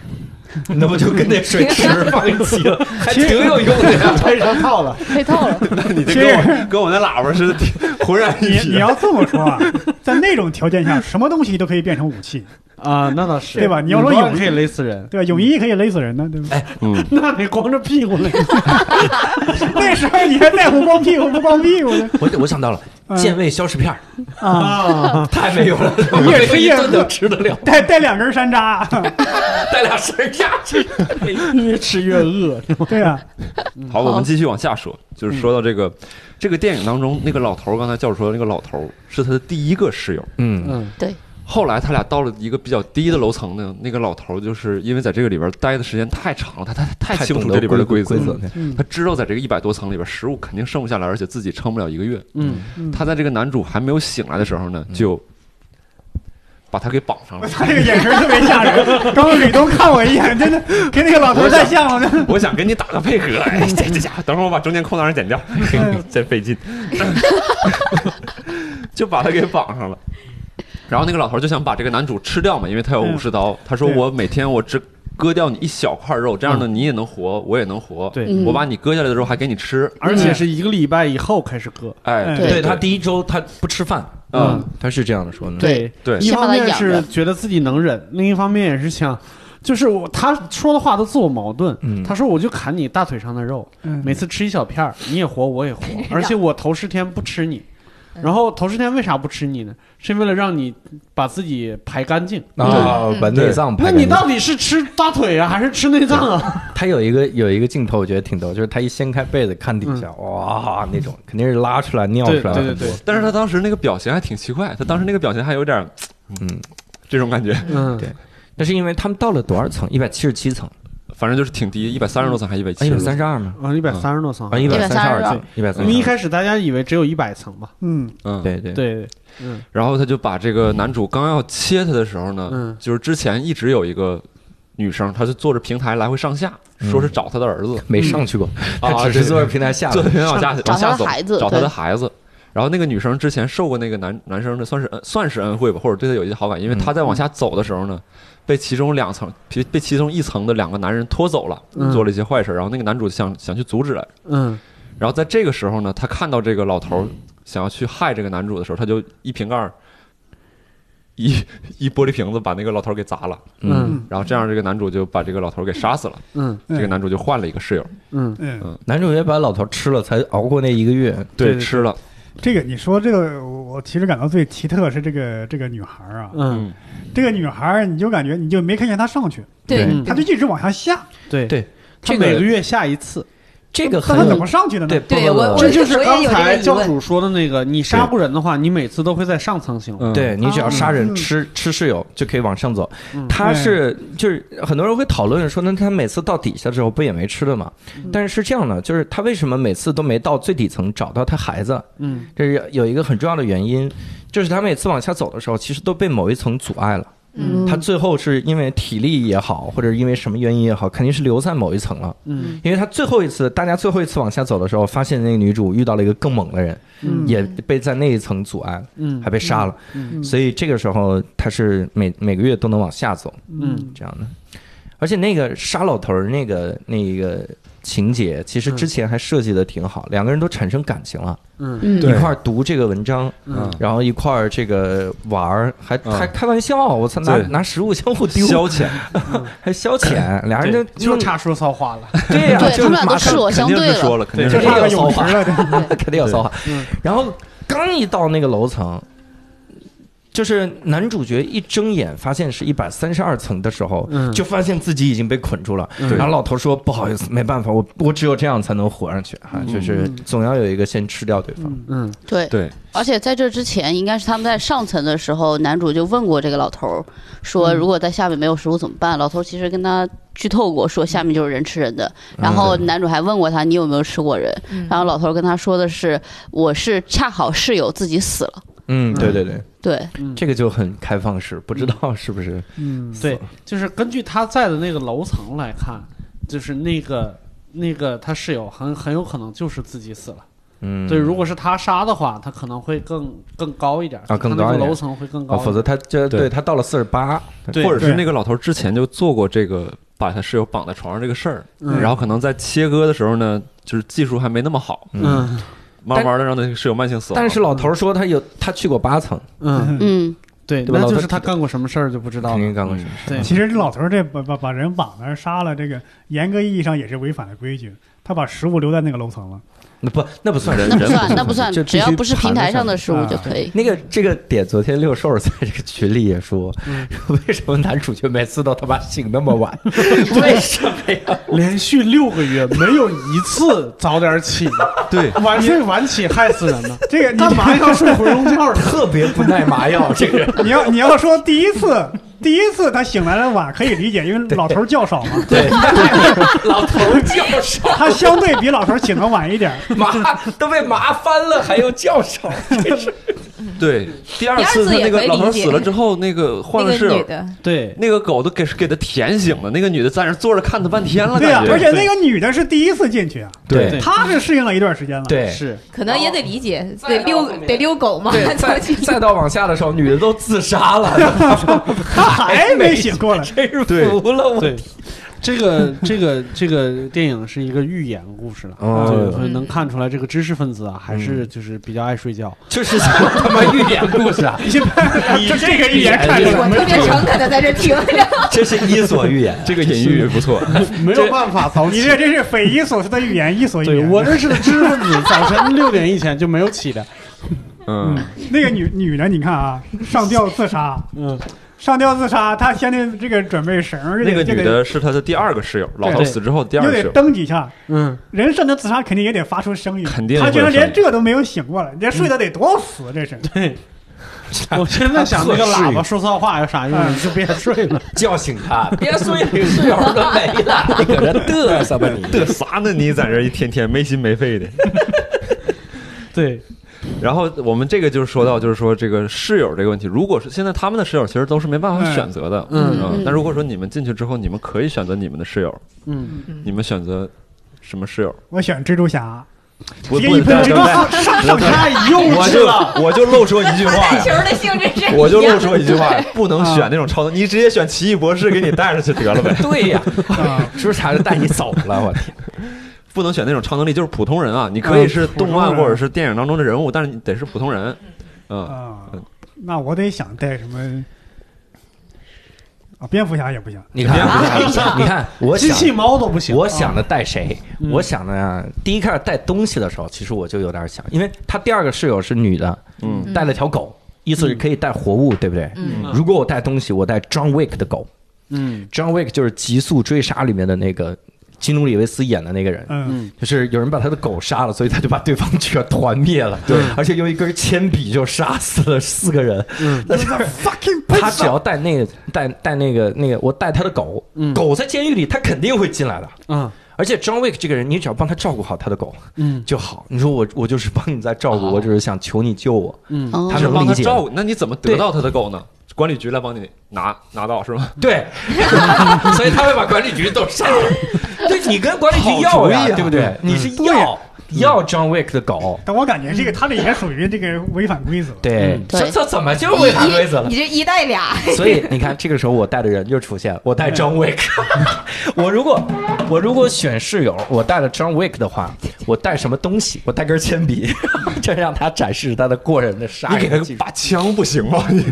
那不就跟那水池放一起 了，还挺有用的呀。
带上套了。
配套了，
那 你这
其
跟
实
我跟我那喇叭似的， 浑然一
你你
体。
要这么说啊，在那种条件下，什么东西都可以变成武器，
啊，那倒是，
对吧你要说
泳装
泳
可以勒死人，
对吧？泳衣可以勒死人呢，对吧？
嗯，
那得光着屁股勒。
那时候你还在乎光屁股不光屁股呢？
我我想到了，
嗯
健胃消食片儿
啊，
啊，
太没用了，我这
也是
一
也是
顿都吃得了，
带带两根山楂，啊
带俩神下去。
越吃越饿。
对啊，
好，嗯我们继续往下说，就是说到这个这个电影当中，那个老头儿，刚才教主说的那个老头儿是他的第一个室友。
嗯，
嗯
后来他俩到了一个比较低的楼层呢，那个老头儿就是因为在这个里边待的时间太长了，他太太清楚这里边的规
规
则了，
了
嗯
他知道在这个一百多层里边食物肯定剩不下来，而且自己撑不了一个月。
嗯，
嗯
他在这个男主还没有醒来的时候呢，就把他给绑上了。
他这个眼神特别吓人。刚刚吕东看我一眼，真的跟那个老头太像了。 真的
我想跟你打个配 合，哎，这这家伙，等会儿我把中间空档剪掉，
哎
真费劲，就把他给绑上了。然后那个老头就想把这个男主吃掉嘛，因为他有武士刀。他说：“
对
我每天我只割掉你一小块肉，这样呢你也能活，我也能活。
对
嗯
我把你割下来的肉还给你吃。
而且是一个礼拜以后开始割。
哎，
嗯对
对他第一周他不吃饭，
嗯，
他是这样的说的。
对
对
一
先把
方
它
面
养
是
着
觉得自己能忍，另一方面也是想，就是我他说的话都自我矛盾。
嗯
他说我就砍你大腿上的肉，
嗯
每次吃一小片儿，你也活我 也活，而且我头十天不吃你。
嗯
然后头十天为啥不吃你呢？是为了让你把自己排干净。
啊，把内脏
那
排干
你
净。
到底是吃大腿啊，还是吃内脏啊？
他有一个有一个镜头，我觉得挺逗，就是他一掀开被子看底下，哇，那种肯定是拉出来尿
嗯对
出来
对对
很多
对。，
但是他当时那个表情还挺奇怪，他当时那个表情还有点，
嗯，
这种感觉，
嗯，
对那是因为他们到了多少层？一百七十七层，
反正就是挺低，一百三十多层还一百七
一百
十，
三十二吗？
啊，一百三十多层
啊，。一百三
132
十二，一百三
因为一
十二，
开始大家以为只有一百层嘛，
嗯，
嗯，。
对对，
对，嗯嗯
然后他就把这
嗯
个男主刚要切他的时候呢，
嗯
就是之前一直有一个女生，她就坐着平台来回上下，
嗯
说是找她的儿子，
没上去过，
啊
只是坐在平台下
坐
面
着。平台往下
找
往
她
下
的
走，
孩子，
找她的
对，
孩子。然后那个女生之前受过那个男男生的算是恩算是恩惠吧，或者对他有一些好感，因为
嗯
她在往下走的时候呢，被其中两层被被其中一层的两个男人拖走了，
嗯
做了一些坏事。然后那个男主想想去阻止来，
嗯
然后在这个时候呢，他看到这个老头儿想要去害这个男主的时候，他就一瓶盖儿一 一玻璃瓶子把那个老头儿给砸了，
嗯
然后这样这个男主就把这个老头儿给杀死了，
嗯
这个男主就换了一个室友，
嗯，
嗯，
男主也把老头吃了，才熬过那一个月。
对对
吃了，
这个你说这个，我我其实感到最奇特是这个这个女孩儿啊，
嗯，
这个女孩儿你就感觉你就没看见她上去，
嗯
她就一直往下下，
对
对
他
这
每个
个
月下一次，
这个
但她
很
怎么上去的
对
呢？
不
对
不不
我
不
我
这就是
我也
刚
有这个
才
疑
教
问
主说的那个，你杀过人的话，你每次都会在上层行为。
嗯
对你只要杀人
嗯
吃吃室友就可以往上走
哦嗯。
他是就是很多人会讨论说，那他每次到底下之后不也没吃的吗？
嗯
但是是这样的，就是他为什么每次都没到最底层找到他孩子？
嗯
这是有一个很重要的原因，就是他每次往下走的时候，其实都被某一层阻碍了。
嗯，
他最后是因为体力也好，或者因为什么原因也好，肯定是留在某一层了。
嗯
因为他最后一次，大家最后一次往下走的时候，发现那个女主遇到了一个更猛的人，
嗯
也被在那一层阻碍了，
嗯
还被杀了。
嗯
嗯
所以这个时候他是每每个月都能往下走
嗯
这样的。而且那个杀老头儿那个那个情节，其实之前还设计的挺好，两个人都产生感情了，
嗯
嗯，
一块儿读这个文章，
嗯
然后一块儿这个玩儿，还
嗯
还开玩笑，我操，拿
对
拿食物相互丢，
消遣，
还消遣，俩人
对
就
就差说骚话了。
对呀，
对
就
他们俩都
马上
赤裸
肯
相
定
对
是
了，
说了，肯定
这
是
这
是
说
差
了
个
要骚
泳池
话
了，对
肯定要骚话
嗯。
然后刚一到那个楼层，就是男主角一睁眼发现是一百三十二层的时候，
嗯
就发现自己已经被捆住了。
嗯
然后老头说：“不好意思，没办法，我我只有这样才能活上去啊，就是总要有一个先吃掉对方。
嗯
对
对，
而且在这之前，应该是他们在上层的时候，男主就问过这个老头儿，说如果在下面没有食物怎么办？老头儿其实跟他剧透过，说下面就是人吃人的。然后男主还问过他你有没有吃过人，
嗯
然后老头儿跟他说的是我是恰好室友自己死了。
嗯，对对对，
对，
这个就很开放式，不知道是不是？
嗯，
对，就是根据他在的那个楼层来看，就是那个那个他室友很很有可能就是自己死了。
嗯，
对，如果是他杀的话，他可能会更更高一点
啊更
他那
高
个
一点
楼层会更
啊，
高一点。
否则他这
对
对他到了四十八，
对
或者是那个老头之前就做过这个把他室友绑在床上这个事儿，
嗯
然后可能在切割的时候呢，就是技术还没那么好，
嗯
慢慢的让他室友慢性死亡。
但是老头说他有他去过八层，
嗯，
嗯，
对，
对吧
那
老
就
头
是他干过什么事儿就不知道
肯
了。
定干
嗯
过什么事。
对，
其实这老头儿这把把把人绑那儿杀了，这个严格意义上也是违反了规矩。他把食物留在那个楼层了，
那不那不算人，
那不
人
算，那不
算
算，
就必
只要
须
不是
盘
平
得
台上
上
的食物
啊
就可以。
那个这个点，昨天六兽在这个群里也说，
嗯
为什么男主角每次都他妈醒那么晚？为什么呀？
连续六个月没有一次早点起，
对，
晚睡晚起害 死人呢。
这个你
干嘛要睡回笼觉呢？
特别不耐麻药，这个人。
你要你要说第一次，第一次他醒来的晚可以理解，因为老头儿较少嘛，
对，老头儿叫少，
他相对比老头儿醒的晚一点儿。
麻都被麻翻了，还要叫少，真是
对，第二次
第二次
他那
也可
个
以
老头
理解
死了之后，那个换了室
那个女
友，
的，
对，
那个狗都给给他舔醒了，那个女的在那坐着看他半天了，
对呀、
感觉
而且那个女的是第一次进去啊，
对
她是适应了一段时间了。，
对
是，
可能也得理解，
再
得
到后
遛
面
得遛狗嘛，
对，再再到往下的时候，女的都自杀了，
她还没醒过来。
真是服了我。
对，这个这个这个电影是一个寓言故事了，
哦
对所以能看出来这个知识分子啊，还
嗯
是就是比较爱睡觉。
这是什么他妈寓言故事啊？
你这个一眼看出
我
来，
特别诚恳的在这听着，
这是伊索寓言，
这个隐喻不错，
没有办法早
你
起。
这真是匪夷所思的预言，伊索寓
对
言。
我认识的知识分子，早晨六点以前就没有起的。
嗯，
那个女女的，你看啊，上吊自杀，
嗯，
上吊自杀，她先得这个准备绳儿，
那个
就
女
得
的是他的第二个室友，老头死之后第二
又
个室
得
友，
蹬几下。
嗯，
人上吊自杀肯定也得发出声音，
肯定
她
会
居
有
然
声音
嗯
连这都没有醒过来，你这睡得得多死，这是。
对，我现在想那个喇叭说错话有啥用？你就别睡了。
叫醒他，别睡，室友都没了，你搁这嘚瑟吧你？
嘚啥呢？你在这一天天没心没肺的。
对，
然后我们这个就是说到，就是说这个室友这个问题，如果是现在他们的室友其实都是没办法选择的，
嗯
嗯
但如果说你们进去之后，你们可以选择你们的室友，
嗯，
你们选择什么室友？
我选蜘蛛侠，
不
直接一喷蜘蛛
不
丝上上天。
太幼
我
稚了。
就我就漏说一句话
篮球
呀，
的性质是一样 的
我就漏说一句嗯话呀，不能选那种超能，你直接选奇异博士给你带上去得了呗，
对呀，
啊
蜘蛛侠就带你走了，我天！
不能选那种超能力，就是普通人啊，你可以是
嗯普通
动漫
人
或者是电影当中的人物，但是你得是普通人，嗯，
啊，那我得想带什么啊？蝙蝠侠也不行，
你看，你看，我
机
想
器猫都不行。
我想的带谁？
嗯
我想的呀，第一开始带东西的时候，其实我就有点想，因为他第二个室友是女的，
嗯
带了条狗，意思是可以带活物，对不对？
嗯
如果我带东西，我带 John Wick 的狗
嗯
，John Wick 就是《极速追杀》里面的那个基努里维斯演的那个人。
嗯，
嗯
就是有人把他的狗杀了，所以他就把对方全团灭了。对，而且用一根铅笔就杀死了四个人。
嗯
但是 他只要带那个带带那个那个，我带他的狗，
嗯
狗在监狱里，他肯定会进来的。
嗯
而且 John Wick 这个人，你只要帮他照顾好他的狗
嗯
就好。你说我我就是帮你在照顾，
哦
我只是想求你救我。
嗯，
哦
他
是
能
帮他
理解
照顾，那你怎么得
对
到他的狗呢？管理局来帮你拿拿到是吗？
对， 所以他会把管理局都杀了。对你跟管理局
好
要
主意
呀，
啊
对不对？嗯你是要要 John Wick 的狗，
但我感觉这个他这也属于这个违反规则。
嗯对，
对
这这怎么就违反规则了
你？这一带俩，
所以你看，嗯这个时候我带的人就出现了，我带 John Wick。我 如果我如果选室友，我带了 John Wick 的话，我带什么东西？我带根铅笔， 这让他展示他的过人的杀
你给
人
他
技术。
把枪不行吗？你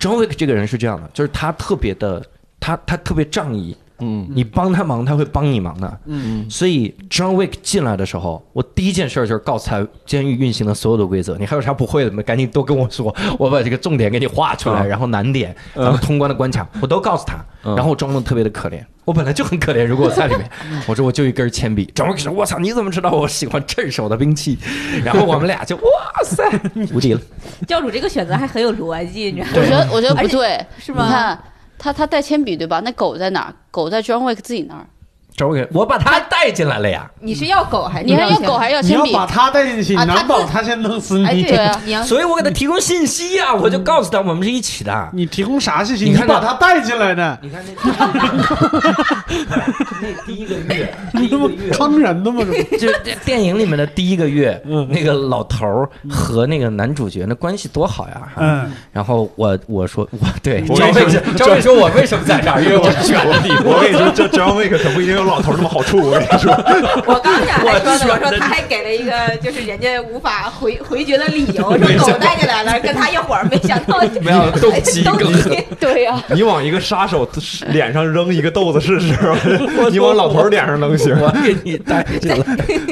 John Wick 这个人是这样的，就是他特别的，他他特别仗义，
嗯
你帮他忙，他会帮你忙的。
嗯
所以 John Wick 进来的时候，我第一件事就是告诉他监狱运行的所有的规则。你还有啥不会的吗？赶紧都跟我说，我把这个重点给你画出来，
嗯
然后难点，然后通关的关卡，我都告诉他。
嗯
然后我装的特别的可怜，我本来就很可怜。如果我在里 面，
嗯
我说我就一根铅笔。John Wick 说：“我操，你怎么知道我喜欢镇守的兵器？”然后我们俩就哇塞，无敌了。
教主这个选择还很有逻辑，你知道
我
吗
觉？得我觉得不对，
是
你
吗？
看他他带铅笔对吧？那狗在哪儿？狗在 John Wick 自己那儿。
John Wick，我把他带进来了呀。
你是要狗还是
你还要
钱
狗还是要
你
铅
要
笔？
把他带进去，
啊他
难保他先弄死
哎
你
对。
啊
你要
所以我给他提供信息呀、我就告诉他我们是一起
嗯
的。
你提供啥信息？
你
你
看
把
这
他带进来的，
你看那 那第一个月，第一个
这不
月。
坑人的吗？这 不
就是这电影里面的第一个月，
嗯
那个老头儿和那个男主角那关系多好呀！
嗯，
然后我我说我对
我
张
为
卫
什
张卫说，我为什么在这儿？ 因为我选了你，
我跟你说，这 John Wick 可不一定有老头那么好处。我跟你说，
我刚想还说呢，
我
我说他还给了一个就是人家无法回回绝的理由，说狗带进来了，跟他一伙儿，没想到就
没 有动机
都急
对呀、
你往一个杀手脸上扔一个豆子试试， 你往老头脸上扔行。
我给你带进 来。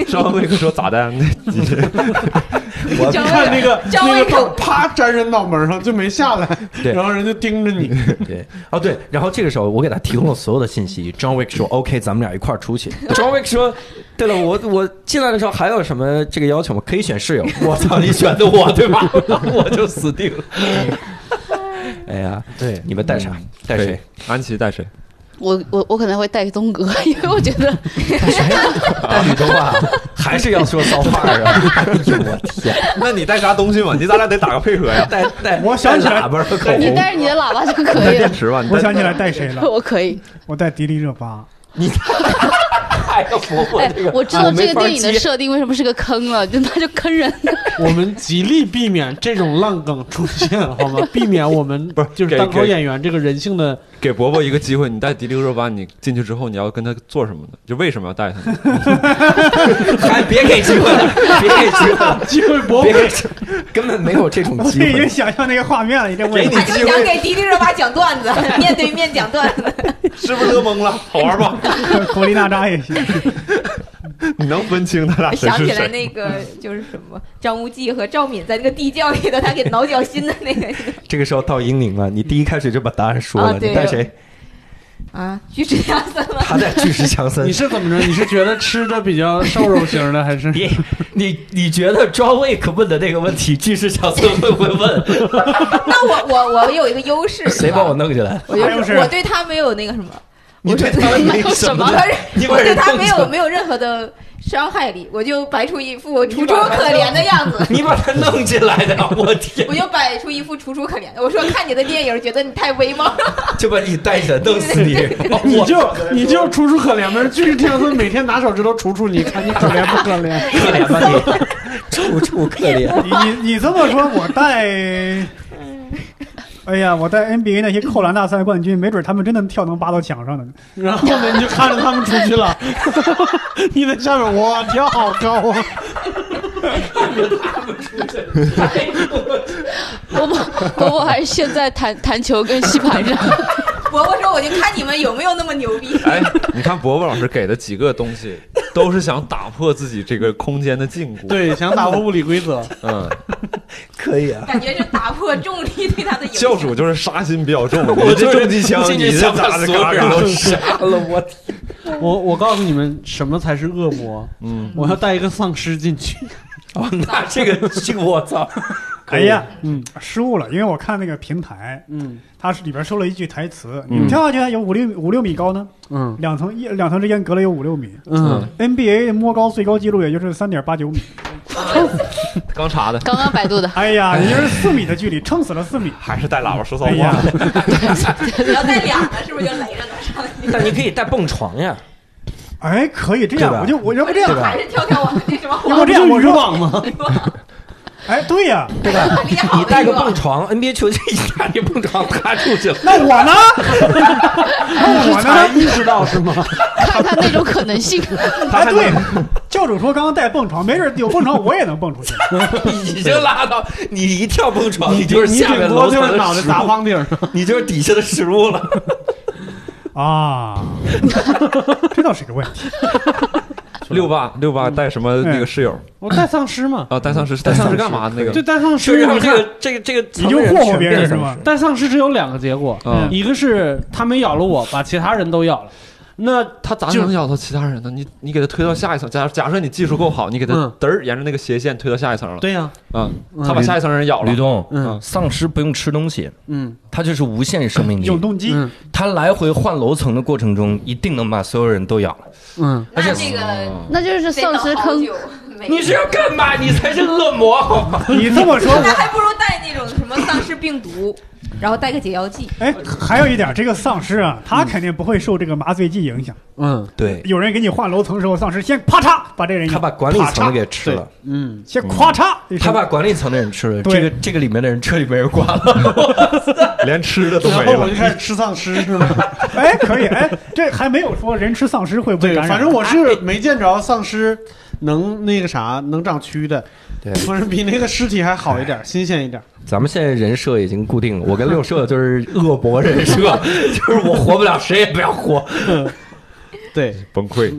John Wick 说咋的？那你
我
张
啊看那个
张
那
卫
个棒啪粘人脑门上就没下来，
对
然后人就盯着 你。
对，哦对，然后这个时候我给他提供了所有的信息。John Wick 说 OK，咱们俩一块儿出去。John Wick 说，对了，我我进来的时候还有什么这个要求吗？可以选室友。我操，你选的我对吧？ 我就死定了。哎呀，对，嗯你们带啥？带谁？？
安琪带谁？
我我我可能会带东哥， 因为我觉得
带谁啊呀？带吕东 啊？还是要说骚话儿啊？ 哎呦我天！
那你带啥东西嘛？你咱俩得打个配合 呀。
带带，
我想起来
带喇叭和口
你
红。
啊
带着你的喇叭就可
带
以了
电。池吧，你
我
带
想起来带谁了？
我可以，
我带迪丽热巴。
哎呀，我我
哎
这个，，
我知道这
没
个
法
电影的
接
设定为什么是个坑了，就那就坑 人。
我们极力避免这种烂梗出现，好吗？避免我们
不是
就是
给
单口
给
演员这个人性的
给伯伯一个机会，你带迪丽热巴，你进去之后你要跟他做什么呢？就为什么要带他呢？
还别给机会了，别给机会 了，
机会薄
别给机会了，根本没有这种
我
机
已
会
经。想象那个画面了，你这我
给你
他就想给迪丽热巴讲段子，面对面讲段子。
是不是乐懵了？好玩吧？
口令娜扎也行。
你能分清他俩
我
谁
想
是
起来
谁？
那个就是什么张无忌和赵敏在那个地窖里头，他给挠脚心的那个
这个时候到英宁了，你第一开始就把答案说了，
啊对
你带谁？
啊，巨齿牙森吗？
他在巨石强森
你。是怎么着？你是觉得吃的比较瘦肉型的，还 是
你你你觉得 John Wick 问的那个问题，巨石强森会不会问？
那我我我有一个优势，
谁把我？弄进来？
我
还有
就是是我对他没有那个什么，
你对他没有什么
我
的，你把
我对
人
他没有
弄
没有任何的伤害力，我就摆出一副我楚楚可怜的样子。
你把他弄进来的，我天
我，就摆出一副楚楚可怜的，我说看你的电影，觉得你太威猛了，
就把你带起来弄死你！
你
我
就你就楚楚可怜呗，就是这样子，每天拿手指头楚楚你，看你可怜不可怜？
可怜吧你，楚楚可怜。
你你你这么说，我带，哎呀，我带 NBA 那些扣篮大赛冠军，没准他们真的跳能扒到墙上呢。
然后呢，你就看着他们出去了， 你在下面哇跳好高啊！
伯伯伯伯还是现在弹弹球跟吸盘上，
伯伯说我就看你们有没有那么牛逼。
哎，你看伯伯老师给的几个东西，都是想打破自己这个空间的禁锢。，
对，想打破物理规则，
嗯，
可以啊，
感觉是打破重力对他的影响。
教主就是杀心比较重，
我
你这重机枪，
进
你
去
这
想把
咋的
所有
嘎
人
嘎
都杀了，我天！
我我告诉你们，什么才是恶魔？
嗯，
我要带一个丧尸进去。
哦，那这个这个我操！
哎呀，
嗯
失误了，因为我看那个平台，
嗯
它是里边收了一句台词，
嗯
你跳下去还有五六五六米高呢，
嗯
两层一两层之间隔了有五六米。
嗯，
NBA 摸高最高纪录也就是三点八九米，
刚查的，
刚刚百 度的。
哎呀，也就是四米的距离，撑死了四米。
还是带喇叭说骚
哎呀
话。，
只要带俩了，是不是就累着他上去？
但你可以带蹦床呀，
哎，可以这
对吧
样，我就我要不这样
对，吧
还是跳跳我们那什么
要
黄
不这样，
不
我
是渔
说，
网吗？
哎，对呀，
对吧？
厉害
你带个蹦床，NBA 球星一带那蹦床他出去了，
那我呢？ 那我呢？
意识到是吗？
看看那种可能 性。
哎，对，教主说刚刚带蹦床，没准有蹦床我也能蹦出去。
你就拉倒，你一跳蹦床，
你
就是
你
下面
顶多
楼
就
层
是
的
脑袋
食
砸
物，
房顶上。
你就是底下的食物 了。
啊，这倒是个问题。
六八六八带什么那个室友
我带丧尸嘛，
啊？带丧尸，带丧尸干嘛？那个
就带丧
就
尸，
让
你
这
看，
个这个这个
你
层
就
面
霍霍
全
别
变
人是
成
吗？
带丧尸只有两个结果，
啊，
一个是他没咬了我，把其他人都咬了，那
他咋
就是
能咬到其他人呢？你你给他推到下一层，假假设你技术够好，你给他
嗯
嘚儿沿着那个斜线推到下一层了，
对呀，
啊，
嗯
他把下一层人咬了
吕。东，
嗯
丧尸不用吃东西，
嗯
它就是无限生命
永
力。
动机，
嗯
它来回换楼层的过程中，一定能把所有人都咬了。
嗯，
那这个
那就是
得等
丧
好
尸坑
久，没
你是要干嘛？你才是恶魔，好吗？
你这么说，
那
我
还不如带那种什么丧尸病毒，然后带个解药剂。
哎，还有一点，这个丧尸啊，他肯定不会受这个麻醉剂影响。
嗯
对，
有人给你换楼层时候，丧尸先啪嚓把这个人
他把管理层的给吃了，
嗯，
先咔嚓一
他
声，
把管理层的人吃了，
对
这个这个里面的人彻底没人管了，连吃的都
然后我 就开始吃丧尸是吗？
哎可以哎，这还没有说人吃丧尸会不会
对，
感染，
反正我是没见着丧尸能那个啥能长蛆的，
对
不是比那个尸体还好一点，新鲜一点。
咱们现在人设已经固定了，我跟六社就是恶魔人设，就是我活不了，谁也不要活。
对，
崩溃，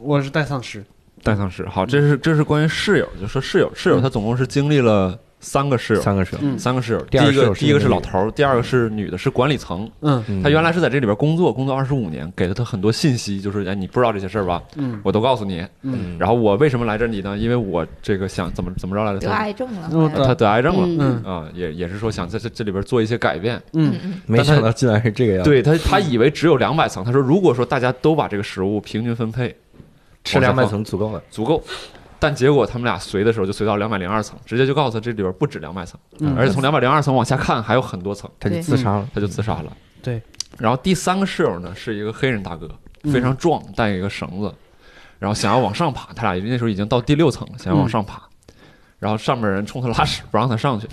我是带丧尸，
带丧尸。好，这是这是关于室友，就说室友，室友他总共是经历了三个室友，
三个舍，
嗯
三个室友。第
第二
一
个室
个
友是
第一个是
女的
老头儿，第二个是女的，是管理层。
嗯
他原来是在这里边工作，工作二十五年，给了他很多信息，就是哎，你不知道这些事儿吧？
嗯
我都告诉你。
嗯
然后我为什么来这里呢？因为我这个想怎么怎么着来着？
得
他
癌症了，
嗯
好像
他得癌症了。
嗯
啊，也也是说想在这这里边做一些改变。
嗯
没想到竟然是这个样子，
对他，他以为只有两百层，他说如果说大家都把这个食物平均分配，
吃两百层足够了。
足够。但结果他们俩随的时候就随到两百零二层，直接就告诉他这里边不止两百层，
嗯
而且从两百零二层往下看还有很多层，
他就
对嗯
自杀了。
他就自杀了。
对。
然后第三个室友呢是一个黑人大哥，
嗯
非常壮，带一个绳子，然后想要往上爬，他俩那时候已经到第六层了，想要往上爬。
嗯
然后上面人冲他拉屎，不让他 上去，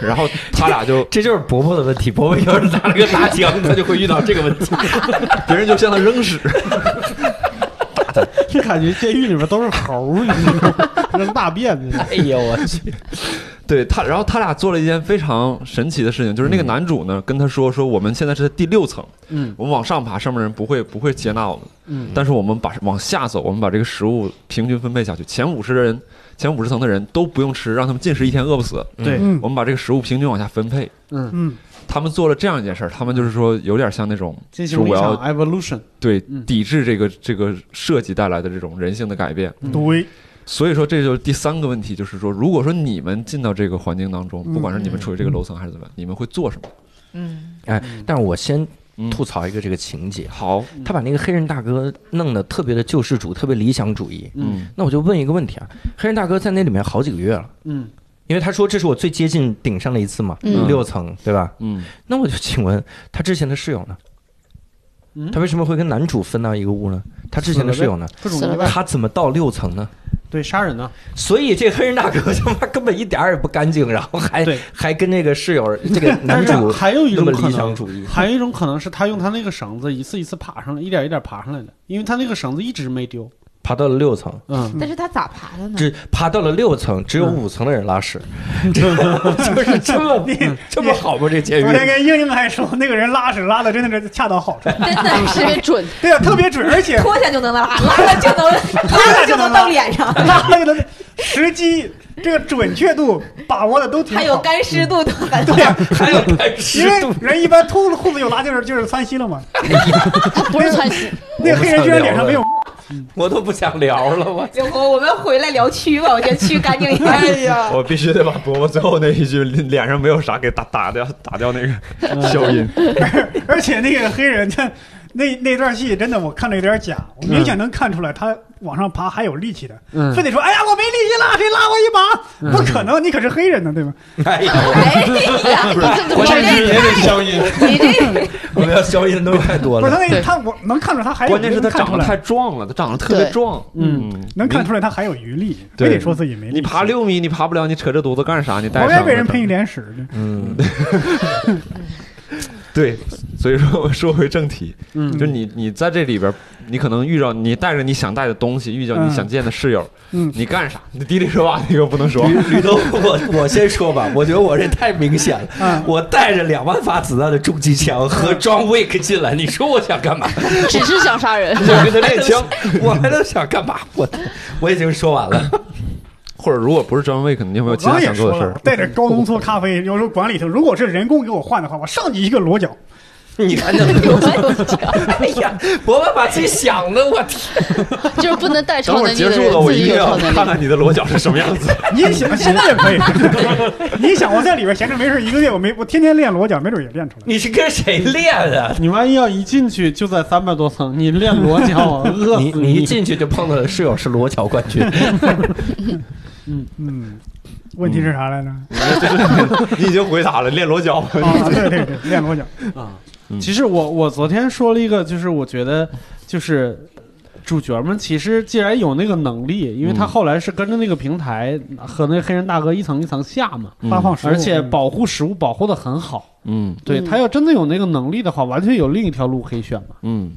然后他俩就
这就是伯伯的问题，伯伯要是拿了个大枪，他就会遇到这个问题。
别人就向他扔屎，
这感觉监狱里边都是猴儿，你知道吗扔大便的。
哎呀，我去！
对他，然后他俩做了一件非常神奇的事情，就是
嗯
那个男主呢跟他说说我们现在是第六层，
嗯
我们往上爬，上面人不会不会接纳我们，
嗯
但是我们把往下走，我们把这个食物平均分配下去，前五十人前五十层的人都不用吃，让他们进食一天饿不死，
对
嗯
我们把这个食物平均往下分配。
嗯，
嗯
他们做了这样一件事儿，他们就是说有点像那种
进行了一
是我
场
要
evolution，
对
嗯
抵制这个这个设计带来的这种人性的改变。
嗯
对，
所以说，这就是第三个问题，就是说，如果说你们进到这个环境当中，
嗯
不管是你们处于这个楼层还是怎么样，你们会做什么？
嗯，
哎， 但是我先
嗯
吐槽一个这个情节，啊
好，
他把那个黑人大哥弄得特别的救世主，特别理想主义。
嗯
那我就问一个问题啊，黑人大哥在那里面好几个月了，
嗯
因为他说这是我最接近顶上的一次嘛，
嗯
六层对吧？
嗯，
那我就请问他之前的室友呢？
嗯
他为什么会跟男主分到一个屋呢？他之前的室友呢？
各种
死了
意外，
他怎么到六层呢？
对杀人呢，
所以这黑人大哥他妈根本一点儿也不干净，然后还
对
还跟那个室友这个男
但是
主
还有
那
一种
么
可
理
能
想，主义。
还有一种可能是他用他那个绳子一次一次爬上来，一点一点爬上来的，因为他那个绳子一直没丢。
爬到了六层，
嗯，
但是他咋爬的呢？
只爬到了六层，只有
嗯
五层的人拉 屎，就是这么
嗯
这么好吗？这监
哎
昨天
狱？
跟英英还说，那个人拉屎拉的真的是恰到好处，
真的
特别
是
准，
对啊，特别准，而且
脱下就能拉，拉了就 能拉了就能到脸上，
拉的都时机这个准确度把握的都挺
还有
好。
干湿度
嗯
都很
对呀、
还有干
因
湿
为
度，
人一般脱了裤子有拉就是就是窜稀了嘛。
他不是窜稀，
那个黑
啊
人居然脸上没有，
我都不想聊了，我。
我我们回来聊蛆吧，我觉得蛆干净一
哎
点。
呀，
我必须得把伯伯最后那一句脸上没有啥给打打掉，打掉 那
嗯
个消音。
而且那个黑人他那那段戏真的我看着有点假，我明显能看出来他往上爬还有力气的，
嗯
非得说哎呀我没力气了，谁拉
嗯
我一把？不可能，你可是黑人呢，对吧？
哎呀，
哎呀，
我这
这
也得消音，
你这
我们要消音的东西太多
不是他
了。
那
对
他我能看出他还有
关键是他
能看
长
出
得
来
太壮了，他长得特别
对
壮，
嗯，
能看出来他还有余力，非
对
得说自己没力气。
你爬六米，你爬不了，你扯着犊子干啥？你带
我
上
也被人
了
喷一脸屎呢。
嗯，
对，所以说 我说回正题，
嗯
就你你在这里边儿，你可能遇到你带着你想带的东西，遇到
嗯
你想见的室友，
嗯
你干啥？啊你嘀里说话那个不能说，
吕吕东，我我先说吧，我觉得我这太明显了。
嗯
我带着两万发子弹的重机枪和 John Wick 进来，你说我想干嘛？
只是 想杀人。
我跟他练枪，我还能想干嘛？我我已经说完了。
或者如果不是张卫，可能你有没有
我
其他
刚也
想做
说
的事
了
儿，？
带着高浓缩咖啡，有时候馆里头，如果是人工给我换的话，我上去一个裸脚。
你看这，哎呀，伯伯把自己想的，我天，
就是不能带
等
超
会儿
能力
结
的
束了，
人
我
自
一
己
定
有
要
超
看
能力。
看你的裸脚是什么样子。
你想现在也可以， 你想我在里边闲着没事一个月，我没我天天练裸脚，没准也练出来。
你是跟谁练啊的？
你万一要一进去就在三百多层，你练裸脚，我饿
你
死
你一进去就碰到了室友是裸脚冠军，
嗯，问题是啥来着？
嗯你已经回答了，练裸脚。
啊，对对对，练裸脚。
啊！
嗯
其实我我昨天说了一个，就是我觉得就是。主角们其实既然有那个能力，因为他
嗯
后来是跟着那个平台和那黑人大哥一层一层下嘛，
发放食物，嗯
而且保护食物保护的很好。
嗯
对
嗯
他要真的有那个能力的话，完全有另一条路可以选嘛。
嗯，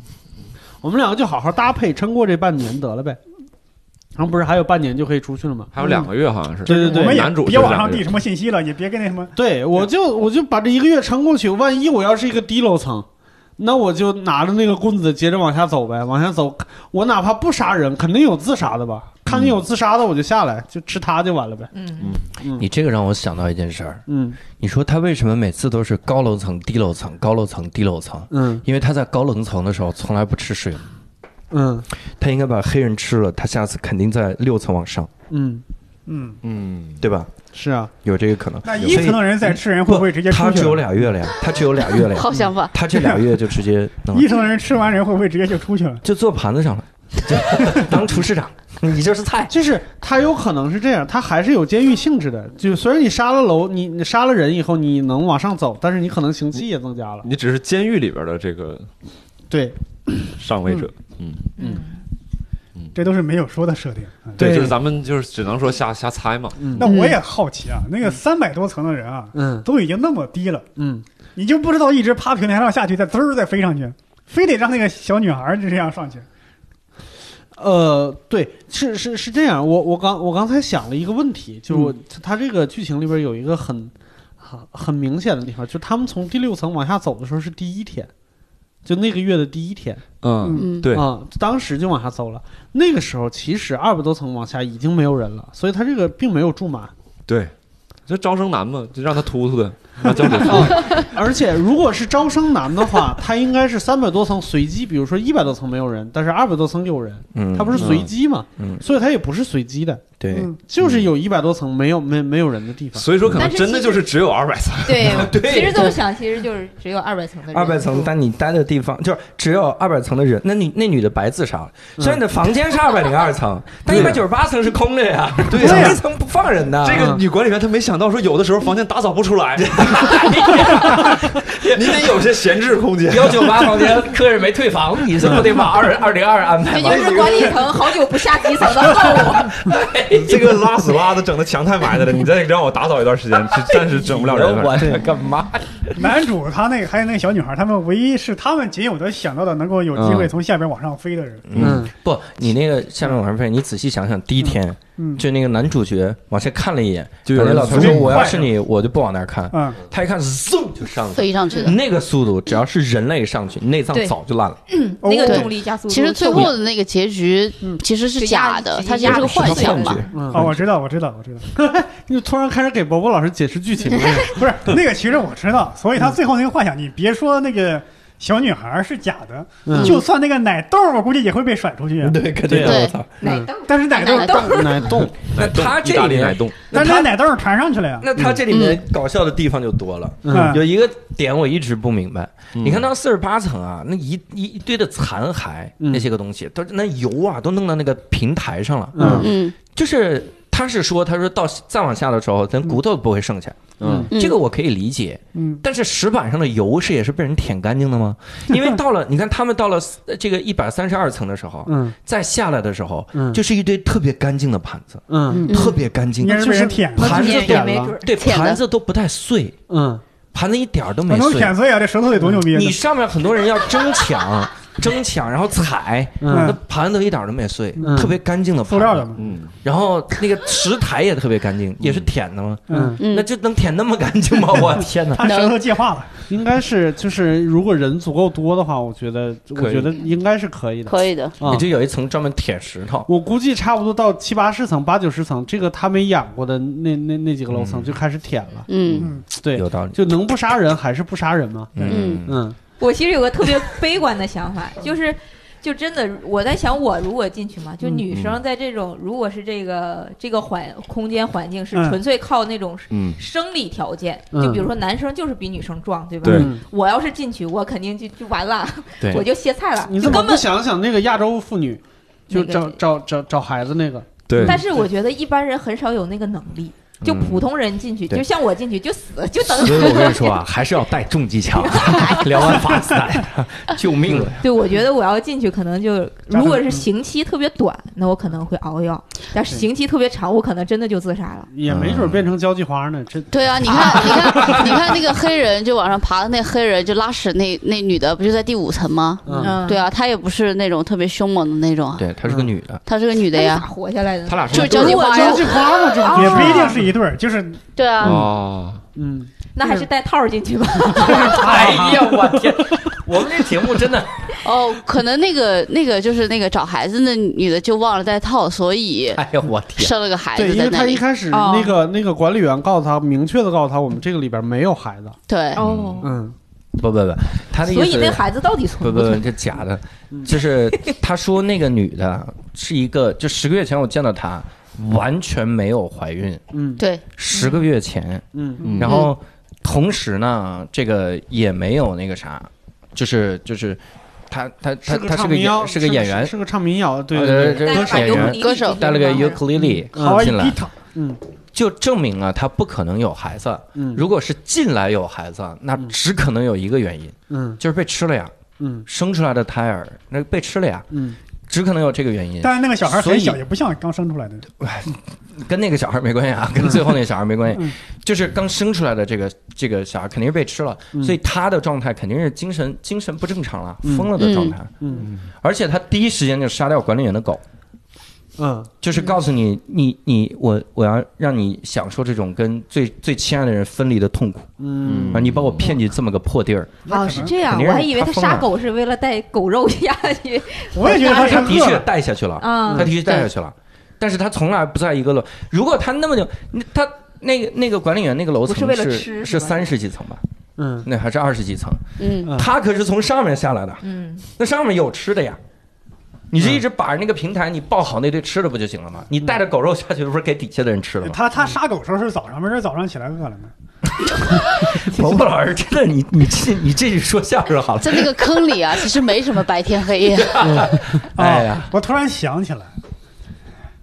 我们两个就好好搭配，撑过这半年得了呗。然后不是还有半年就可以出去了吗？
还有两个月好像是。
嗯对对
我们
对，
也
男主
别
就是
往
两
上
个
递
人
什么信息了，也别跟那什么。
对我就我就把这一个月撑过去。万一我要是一个低楼层，那我就拿着那个棍子接着往下走呗，往下走。我哪怕不杀人，肯定有自杀的吧？看见有自杀的我就下来，就吃他就完了呗。
嗯，
你这个让我想到一件事儿，
嗯
你说他为什么每次都是高楼层、低楼层、高楼层、低楼层？
嗯
因为他在高楼层的时候从来不吃室友，
嗯
他应该把黑人吃了，他下次肯定在六层往上，
嗯，
嗯，
嗯，
对吧？
是啊，
有这个可能。
那一层的人再吃人会不会直接
他
出去
只有
了？
俩月了呀，他只有俩月了呀，
好想法，
他这俩月就直接弄
一
了
层的人吃完人会不会直接就出去了？
就坐盘子上了， 就当厨师长，你就是菜。
就是他有可能是这样，他还是有监狱性质的。就虽然你杀了楼，你你杀了人以后，你能往上走，但是你可能刑期也增加了。
你只是监狱里边的这个
对，
上位者。
嗯
嗯
这都是没有说的设定。嗯
对，
对
就是咱们就是只能说瞎瞎猜嘛。
嗯
那我也好奇啊，那个三百多层的人啊，
嗯
都已经那么低了，
嗯，
你就不知道一直趴平台上下去，再滋儿再飞上去，非得让那个小女孩儿就这样上去。
呃，对，是是是这样。我我刚我刚才想了一个问题，就是
嗯
我、他这个剧情里边有一个很很很明显的地方，就他们从第六层往下走的时候是第一天，就那个月的第一天
嗯，
嗯，
对
啊、当时就往下走了。那个时候其实二百多层往下已经没有人了，所以他这个并没有住满。
对，这招生难嘛，就让他突突的，让教主突突。
啊，而且如果是招生难的话，他应该是三百多层随机，比如说一百多层没有人，但是二百多层有人，
嗯，
他不是随机嘛，
嗯
所以他也不是随机的。
对，
嗯
就是有一百多层没有没没有人的地方。
所以说，可能
但是
真的
其
就
实
是只有二百层。
对
嗯对
其实这么想，其实就是只有二百层的人
二百层，但你待的地方就是只有二百层的人，那你那女的白自杀了。
嗯
虽然你的房间是二百零二 层，但一百九十八层是空的 呀，
对呀
那层不放人的。
这个女管理员她没想到说，有的时候房间打扫不出来， 你得 有些闲置空间。
幺九八房间客人没退房，你是不得把二二零二安排
这
吧
就？是管理层好久不下基层 的后
这个拉屎拉的整的墙太埋汰了，你再让我打扫一段时间，是暂时整不了人了。
我这干嘛？
男主他那个还有那个小女孩，他们唯一是他们仅有的想到的能够有机会
嗯
从下边往上飞的人。
嗯，
不，你那个下面往上飞，你仔细想想，第一天
嗯
就那个男主角往下看了一眼，
就有
感觉
人
老头
疯
说
了
我要是你，我就不往那儿看。
嗯，
他一看，嗖就上去了。
飞上去的。
那个速度，只要是人类上去，内脏
对
早就烂了。
那个
对
重力加速度受
其
不
实
了，
最后的那个结局
嗯
其实嗯是假的，
就
它
压
其实是个
压
幻
什
想
么
吧
幻觉。
嗯
哦，我知道，我知道，我知道，
你突然开始给伯伯老师解释剧情了。
不是那个，其实我知道，所以他最后那个幻想，你别说那个小女孩是假的，
嗯
就算那个奶豆，我估计也会被甩出去。啊
对，肯定
对
我操！
奶豆
但是奶豆，
奶豆
奶冻，
那
冻
他这
意大利
里面
奶冻，
但是那奶豆传上去了呀。
那他这里面搞笑的地方就多了。
嗯
有一个点我一直不明白，
嗯
你看到四十八层啊，那一一一堆的残骸
嗯
那些个东西，都那油啊都弄到那个平台上了。
嗯
嗯，
就是他是说，他说到再往下的时候，咱骨头不会剩下，
嗯，
嗯
这个我可以理解。
嗯，
但是石板上的油是也是被人舔干净的吗？因为到了你看他们到了呃这个一百三十二层的时候，
嗯
再下来的时候，
嗯
就是一堆特别干净的盘子，
嗯
嗯
特别干
应
净，
该是被人舔了，
盘子
也
点
没
了
准儿，
对，
舔的
盘子都不太碎，
嗯
盘子一点儿都没
能
碎。
舔碎啊！这舌头得多牛逼！
你上面很多人要争抢，争抢，然后踩，那
嗯
盘子一点儿都没碎，
嗯
特别干净的
塑
盘
料的
子。
嘛。
嗯，
然后那个石台也特别干净，也是舔的吗？
嗯，
嗯
那就能舔那么干净吗？我天哪！
他舌头界化了。
应该是就是，如果人足够多的话，我觉得我觉得应该是可以的
可以的，
啊
也。就有一层专门舔石头。
我估计差不多到七八十层、八九十层，这个他没养过的那那那几个楼层就开始舔了。
嗯
嗯，
对，
有道理。
就能不杀人还是不杀人嘛。
嗯
嗯，
嗯
我其实有个特别悲观的想法，就是，就真的我在想，我如果进去嘛，就女生在这种如果是这个这个环空间环境是
嗯
纯粹靠那种
嗯
生理条件，
嗯
就比如说男生就是比女生壮，对吧？
对
嗯
我要是进去，我肯定就就完了
对，
我就歇菜了，
你
就
怎么
根
不
本。
想想那个亚洲妇女，就
那个
找找找找孩子那个？
对
但是我觉得一般人很少有那个能力，就普通人进去，
对
就像我进去就死，就等
所以
死。
我跟你说啊，还是要带重机枪，两万发子弹，救命啊了！
对，我觉得我要进去，可能就
加分
如果
嗯
是刑期特别短，那我可能会熬药；但是刑期特别长，我可能真的就自杀了。
也没准变成交际花呢，这
对啊，你看，你看，你看那个黑人就往上爬的那黑人就拉屎那那女的不就在第五层吗？
嗯
对，啊，她也不是那种特别凶猛的那种啊，
对，她是个女的，
她是个女的
哎
那
呀
咋，活下来的呢？
他俩
就是是交际花呀
交，际花嘛，这
也不一定是一对儿，就是
对啊，
哦，
嗯，
那还是带套儿 进去吧。
哎呀，我天！我们这节目真的，
哦，可能那个那个就是那个找孩子那女的就忘了带套，所以
哎呀，我天！
生了个孩
对，
子
因
在
为
那
他一
里。
开始
哦
那个那个管理员告诉他，明确的告诉他，我们这个里边没有孩子，
对，
哦，
嗯
不不不，他的意思
所
是，
以那孩子到底
不
存
不不，
存？
这假的，就是他说那个女的是一个，就十个月前我见到她完全没有怀孕，
嗯
对，
十个月前，
嗯
嗯
然后同时呢，这个也没有那个啥，就是就是她她她她是
唱
个
民谣，
演是个演员，
是个唱民谣，对
呃
对
这
对，
带
个
把
演
尤克
员啊
里
歌
里
手
进去
带了个
吗
u k 丽丽
好一
进来
低，头。
嗯
就证明了她不可能有孩子。
嗯，
如果是进来有孩子，那
嗯
只可能有一个原因，
嗯
就是被吃了呀，
嗯
生出来的胎儿那被吃了呀。
嗯
只可能有这个原因。
但是那个小孩
所以
很小，也不像刚生出来 的。
跟那个小孩没关系啊，跟最后那小孩没关系，
嗯
就是刚生出来的这个这个小孩肯定是被吃了，
嗯
所以他的状态肯定是精神精神不正常了，
嗯
疯了的状态。
嗯
而且他第一时间就杀掉管理员的狗，
嗯
就是告诉你，你你我我要让你享受这种跟最最亲爱的人分离的痛苦
嗯
啊！你把我骗进这么个破地儿，
哦，是这样
肯，定
我
是
还以为
他
他
疯了
杀狗是为了带狗肉下 去
我也觉得他
他
上
的
课
确
了，
带下去了，
啊
他。的确带下去了，但是他从来不在一个楼。如果他那么就他那个那个管理员那个楼层
不是为了吃
是
是吧
三十几层吧？
嗯
那还是二十几层，
嗯，
嗯
他可是从上面下来的，
嗯，
那上面有吃的呀。你就一直把那个平台你抱好那堆吃的不就行了吗？你带着狗肉下去，不是嗯给底下的人吃了吗？
他他杀狗时候是早上，没准早上起来饿了呢。
伯伯 老师，真的，你你这你这是说相声好了。
在那个坑里啊，其实没什么白天黑夜。
哎呀，
啊我突然想起来，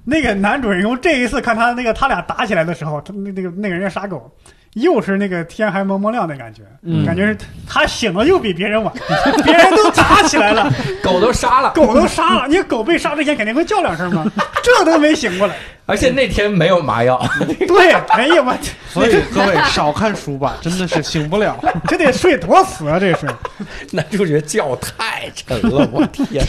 那个男主人公这一次看他那个他俩打起来的时候，他那那个那个人家杀狗，又是那个天还蒙蒙亮的感觉，
嗯
感觉是他醒的又比别人晚，别人都打起来了，
狗都杀 了，
狗都杀了，你狗被杀之前肯定会叫两声嘛，这都没醒过来，
而且那天没有麻药，
对，哎呀我去，
所以各 位少看书吧，真的是醒不了。
这得睡多死啊，这睡，
男主角觉太沉了，我 天！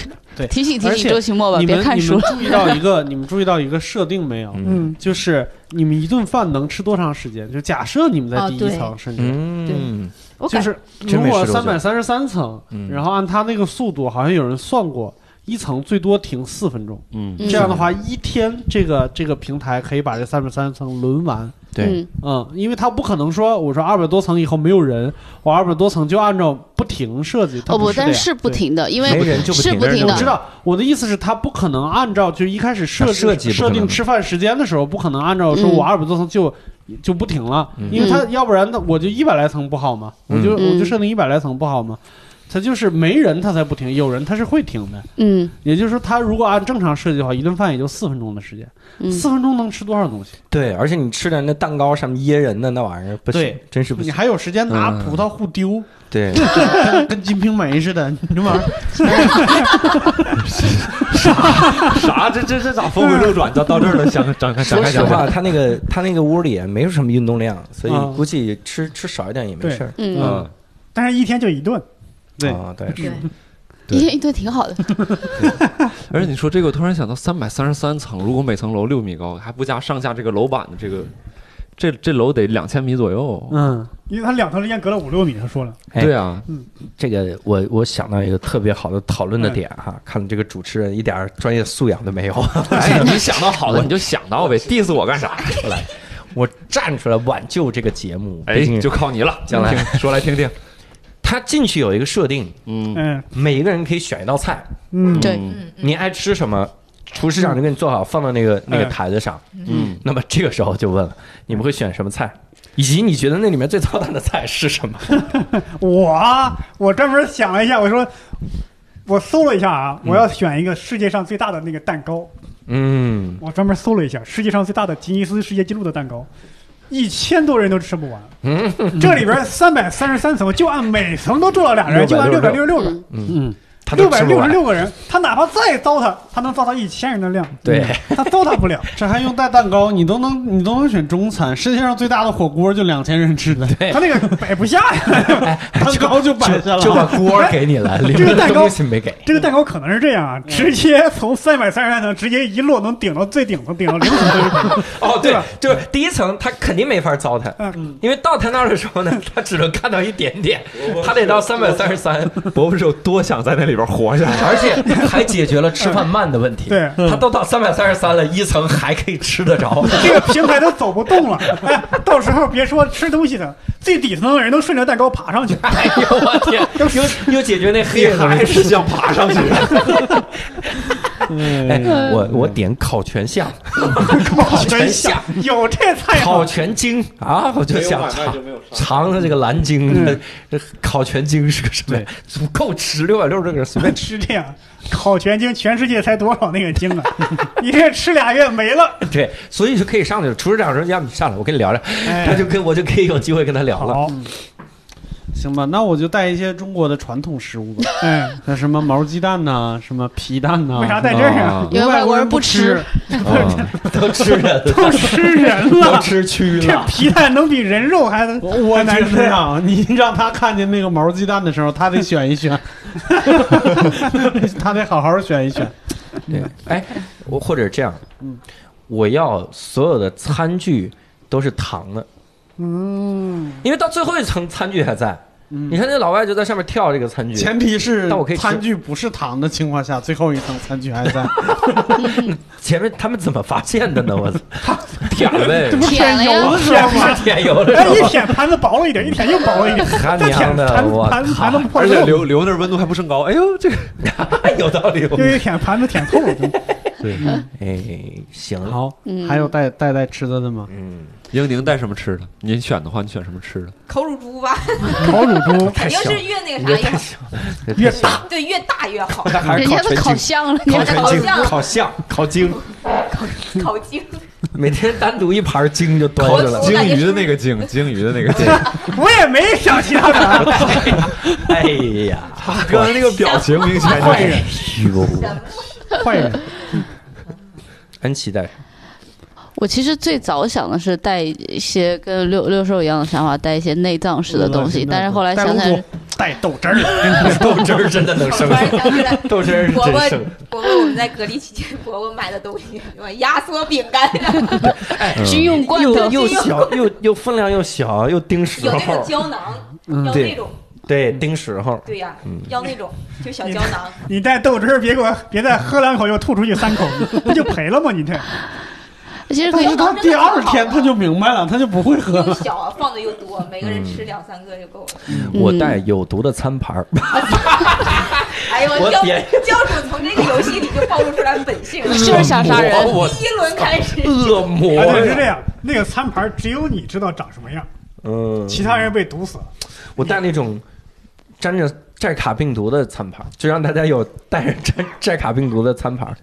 提醒提
而
醒
且
周奇墨吧，
你
别
们
看
你
书
们
了。
注意到一个，你们注意到一个设定没有？
嗯，
就是你们一顿饭能吃多长时间？就假设你们在
哦
第一
对
层，甚至
嗯，
我
就
感
是
真
如
没
果
吃多
三
久
百三十三层，
嗯
然后按他那个速度，好像有人算过，一层最多停四分钟。
嗯
嗯
这样的话，一天这个这个平台可以把这三百三十层轮完。
对，
嗯
嗯，因为他不可能说，我说二百多层以后没有人，我二百多层就按照不停设计。它
哦不，
是这
但
样
是不
对
停的，因
没
为
人就不
是
停，
不停
我
的
知道，我的意思是，他不可能按照就一开始设
他
置
设计不可
设
能
定吃饭时间的时候，不可能按照说
嗯
我二百多层就、就不停了，
嗯
因为他要不然他我就一百来层不好吗？我就
嗯
我就设定一百来层不好吗？他就是没人他才不停，有人他是会停的。
嗯
也就是说，他如果按正常设计的话，一顿饭也就四分钟的时间，
嗯，
四分钟能吃多少东西？
对，而且你吃点那蛋糕上面噎人的那玩意儿，不行
对，
真是不
你
行。
还有时间拿葡萄互丢，
对，
跟跟《金瓶梅》似的，你这玩意儿
啥？这这这咋峰回路转到到这儿了？想展开展
说
开
实
讲
话，
讲。
他那个他那个屋里也没有什么运动量，所
嗯
以估计吃吃少一点也没事儿。
嗯
嗯
但是一天就一顿，
对
啊，对，
对，
对
一天一顿挺好的。
而且你说这个，我突然想到三百三十三层，如果每层楼六米高，还不加上下这个楼板的这个，这这楼得两千米左右。
嗯
因为他两头之间隔了五六米，他说了，
哎
对啊，
这个我我想到一个特别好的讨论的点哈，看这个主持人一点儿专业素养都 没有，
哎，你想到好的你就想到呗，diss 我干啥？
我站出来挽救这个节目。
哎
毕竟，
就靠你了，
将来
听说来听 听。
他进去有一个设定，
嗯
嗯
每一个人可以选一道菜，
嗯，
对
嗯嗯
你爱吃什么，厨师长就给你做好，放到那个那个
哎
台子上。
嗯，
那么这个时候就问了，你们会选什么菜？以及你觉得那里面最操蛋的菜是什么？
我啊我专门想了一下，我说我搜了一下啊，我要选一个世界上最大的那个蛋糕，
嗯，
我专门搜了一下世界上最大的吉尼斯世界纪录的蛋糕，一千多人都吃不完。这里边三百三十三层，就按每层都住了俩人，就按六百六十六个，
嗯
嗯，
他都
六
吃
百
不
六
完
十。六个人，他哪怕再糟蹋，他能糟蹋一千人的量，
对，
他糟蹋不了。
这还用带蛋糕，你都能你都能选中餐，世界上最大的火锅就两千人吃的，
哎
他那个摆不下呀。
蛋糕 就摆
就
下了，
就把锅儿给你 了，里
这
面
个蛋
的
糕
东西没给。
这个蛋糕可能是这样啊，
嗯
直接从三百三十三层直接一路能顶到最顶层，顶到零层都有可能。
哦，
对
对
吧，
就是第一层他肯定没法糟蹋，
嗯
因为到他那儿的时候呢，他只能看到一点点，他得到三百三十三，
伯伯是有多想在那里边活 下来？
而且还解决了吃饭慢的问题。
对
他都到三百三十三了，一层还可以吃得着。
这个平台都走不动了，哎，到时候别说吃东西的，最底层的人都顺着蛋糕爬上去。
哎呦我天，又又解决那黑还是想爬 上去。哎，我我点烤全象，
烤
全
全
象
香，有这菜
烤
吗？
全精啊，我就想尝尝尝这个蓝鲸，
嗯
这这烤全精是个什么呀？足够吃六百六这个人随便吃。
是这样，烤全精全世界才多少那个精啊？一个月吃俩月没了。
对，所以就可以上去了。厨师长说：“要不你上来，我跟你聊聊。”
哎
哦
他就跟我就可以有机会跟他聊了。
好，
行吧，那我就带一些中国的传统食物吧，
哎，
像什么毛鸡蛋呐、什么皮蛋呐、
为啥带这个呀？
因为
外
外
国
国
人
人
不
不
吃
吃，
啊哦 都吃人了，
都吃人
都
了，
吃蛆
这
了。
皮蛋能比人肉还能
我我
还难
觉
吃
得呀，你让他看见那个毛鸡蛋的时候，他得选一选， 他得好好选一选。
对，哎，我或者这样
嗯，
我要所有的餐具都是糖的，
嗯，
因为到最后一层餐具还在。你看那老外就在上面跳这个餐具，
前提是
但我可以吃
餐具不是糖的情况下，最后一层餐具还在。
前面他们怎么发现的呢？我操， 舔呗，
舔了呀，
舔是舔油的
哎，一
时候，
舔盘子薄了一点，一舔又薄了一点，
他
再
娘
舔
的
盘
我
盘盘子破
而
了
且
又
留留那儿温度还不升高，哎呦，这个
有道理。
又一舔盘子舔透了，
哎，行，
好，
嗯
还有带带带吃的的吗？
嗯，
英宁带什么吃的？你选的话，你选什么吃的？
烤乳猪 吧，
烤乳猪，
太
肯定
香了
是越那
你
个
这
啥
太
越
香，
越
大
好，对，越大越好，
那还
人
是
家
烤
都
全
烤
精，
香了，
烤
人家
全
都烤
精
香了，，
烤象，烤精，
烤精，
每天单独一盘精就端着了
我。
鲸
感觉
鱼
是
的
不
那
是
个鲸，鲸鱼的那 个鲸，
我也没想其他的，
哎呀，
他刚才那个表情明显就
坏
是
人
呦，
坏人，
很期待。
我其实最早想的是带一些跟六六兽一样的想法，带一些内脏式的东西，但是后来
带
想
卤
想
煮，带豆汁儿，
豆汁儿真的能
突
生，
然想起来。
豆汁儿是
伯伯
真生。，
伯伯，我们在隔离期间，伯伯买的东西，什么压缩饼干，啊
军用罐
又
头，
嗯又小又又分量又小又盯时
有那种
候，
胶囊，
嗯
要
对
那种，
对盯时候，
对呀
嗯，
要那种，就小胶囊。
你带豆汁儿，别给我别再喝两口又吐出去三口， 不就赔了吗？ 你这
其实可
但
以
是他第二天他就明白了，他就不会喝
又
了。
小啊，放的又多，每个
嗯
人吃两三个就够了。
我带有毒的餐盘儿，
哎呦，
我
教
点
教主从这个游戏里就暴露出来本性 了。
就是想杀人
恶 魔我嗯
第一轮开始，
恶魔
而且啊是这
呀，
样，那个餐盘只有你知道长什么样，
嗯，
其他人被毒死了。
我带那种沾着寨卡病毒的餐盘儿，就让大家有带着寨寨卡病毒的餐盘儿，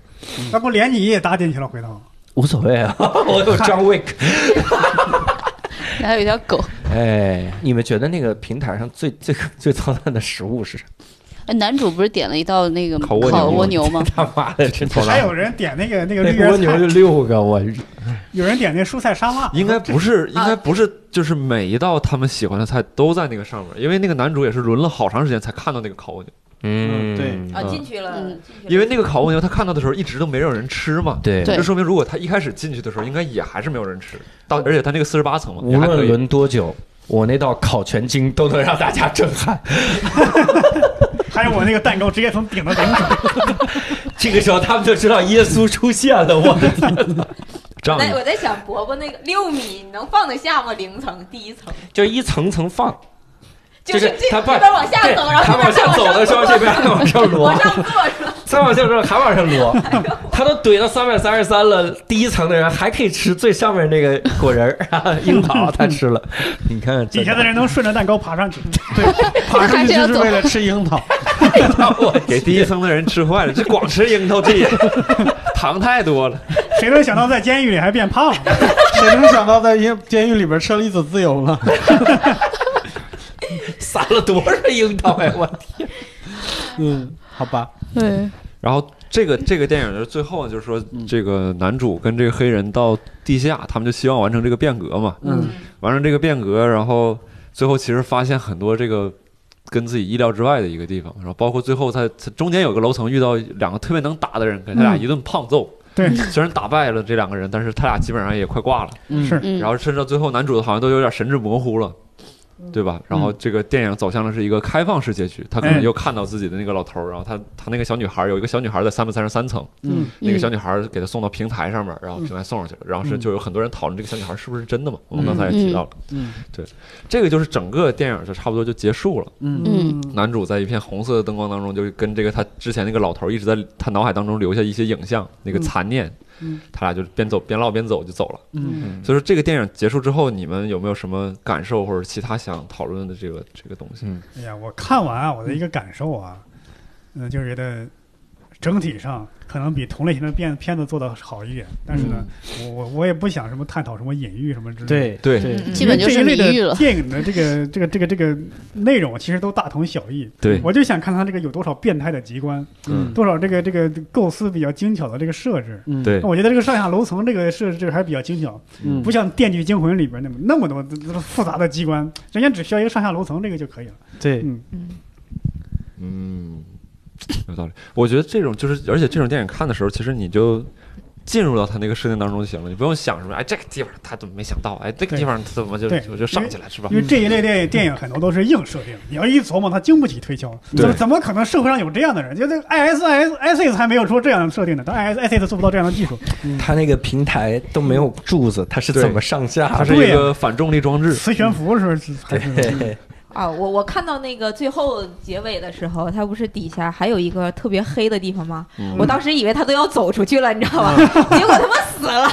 那不连你也搭进去了？回头
无所谓 啊，我有张 Wick。
还有一条狗。
哎，你们觉得那个平台上最最最操蛋的食物是啥？
哎男主不是点了一道那个
烤
烤
蜗牛
蜗 牛吗？
他妈的，真操
还
蛋！
有人点那个那个绿
那蜗
叶
牛
菜
就，六个，我
有人点那蔬菜沙拉，
应该不是，应该不是，就是每一道他们喜欢的菜都在那个上面，因为那个男主也是轮了好长时间才看到那个烤蜗牛，
嗯对
啊，进去了，
嗯
进去了
因为那个烤蜗牛他看到的时候一直都没有人吃嘛，
对
对
这说明如果他一开始进去的时候，应该也还是没有人吃，到而且他那个四十八层嘛，
无
也还可
论
以。
轮多久，我那道烤全精都能让大家震 撼。
还有我那个蛋糕直接从顶到顶
这个时候他们就知道耶稣出现了。 我的天，
这样
我在我在想，伯伯那个六米你能放得下吗？零层，第一层
就是一层层放，
就是这这
他放
边往下
对
走，然
他
后
往
这边
下走的时候，这边还往上挪
往，上坐是吧？
再往下走还往上挪，他都怼到三百三十三了，第一层的人还可以吃最上面那个果仁儿、 樱桃，他吃了。你看
底下的人能顺着蛋糕爬上去。
爬上去就是为了吃樱桃，
我
给第一层的人吃坏了，这光吃樱桃，这也糖太多了。
谁能想到在监狱里还变胖了？
谁能想到在监监狱里边吃了一子自由呢？
撒了多少樱桃呀！我
嗯，好吧，
对，
然后这个这个电影的最后就是说，这个男主跟这个黑人到地下，他们就希望完成这个变革嘛，
嗯，
完成这个变革，然后最后其实发现很多这个跟自己意料之外的一个地方，然后包括最后他他中间有个楼层遇到两个特别能打的人，给他俩
嗯
一顿胖揍。
对
虽然打败了这两个人，但是他俩基本上也快挂了。
嗯
是
嗯，
然后甚至到最后，男主好像都有点神志模糊了，对吧？然后这个电影走向的是一个开放式结局，他可能
嗯
又看到自己的那个老头儿，然后他他那个小女孩儿有一个小女孩儿在三百三十三层，
嗯
那个小
嗯
女孩儿给她送到平台上面，然后平台送上去了，然后是就有很多人讨论这个小女孩儿是不是真的嘛？我们刚才也提到了，
嗯
这个就是整个电影就差不多就结束了。
嗯
嗯，
男主在一片红色的灯光当中，就跟这个他之前那个老头儿一直在他脑海当中留下一些影像，那
嗯
个残念，他俩就边走边唠边走就走了。
嗯，
所以说这个电影结束之后，你们有没有什么感受或者其他想讨论的这个这个东西？
呃哎呀，我看完啊，我的一个感受啊，嗯、就觉得整体上可能比同类型的片片子做的好一点，但是呢，我我我也不想什么探讨什么隐喻什么之类的。
嗯对，
对
嗯
基本就是
因为这
谜
一
语
类
了
的电影的这个这个这个这个内容其实都大同小异。
对
我就想看他这个有多少变态的极观，
嗯
多少这个这个构思比较精巧的这个设置。
嗯
对
那我觉得这个上下楼层这个设置这个还是比较精巧，
嗯
不像《电锯惊魂》里边那么那么多复杂的机关，人家只需要一个上下楼层这个就可以了。
对
嗯，
嗯，有道理。我觉得这种就是，而且这种电影看的时候，其实你就进入到他那个设定当中就行了，你不用想什么，哎，这个地方他怎么没想到，哎，这个
对
地方他怎么就
对
就就上去了，是吧
因？为这一类电电影很多都是硬设定，你要一琢磨，它经不起推敲。
对
怎么怎么可能社会上有这样的人？就这 I S I S S S 还没有出这样的设定呢，但 I S I S 做不到这样的技术。
嗯
他那个平台都没有柱子，它是
对
怎么上下
它
的？
是一
对呀啊
个嗯反重力装置，
磁悬浮是不是还
嗯
是？
对，
啊，我我看到那个最后结尾的时候，他不是底下还有一个特别黑的地方吗？
嗯
我当时以为他都要走出去了，你知道吗？结果他妈死了，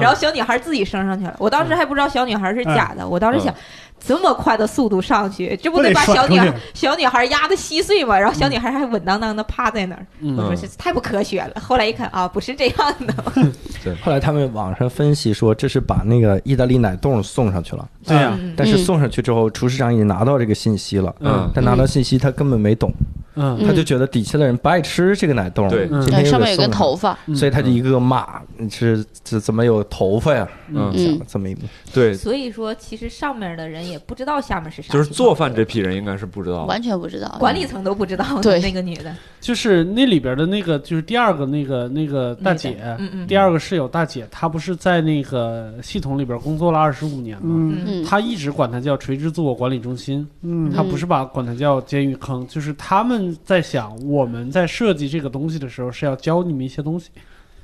然后小女孩自己升上去了。我当时还不知道小女孩是假的，我当时想。这么快的速度上去，这不得把小
不
女
得
孩
甩出
小女孩压得稀碎吗？然后小女孩还稳当当的趴在那儿，我说这太不科学了。后来一看啊，不是这样的，
后来他们网上分析说，这是把那个意大利奶冻送上去了，
对呀，
嗯
但是送上去之后，厨师长也拿到这个信息了。
嗯，
他拿到信息，他根本没懂，
嗯
他就觉得底下的人不爱吃这个奶冻，
对
今天
对，
又
上
给
面
送
有根头发，
上，所以他就一个个骂，你是这怎么有头发呀？
嗯
想这么一个，
对，
所以说其实上面的人也不知道下面是啥情
就
况，
是做饭这批人应该是不知道的，
完全不知道。
管理层都不知道的
对
那个女的，
就是那里边的那个，就是第二个那个那个大姐，
嗯嗯，
第二个室友大姐，她不是在那个系统里边工作了二十五年吗？
嗯
嗯，
她一直管它叫垂直自我管理中心，
嗯，
她不是把管它叫监狱坑，就是他们在想，我们在设计这个东西的时候是要教你们一些东西，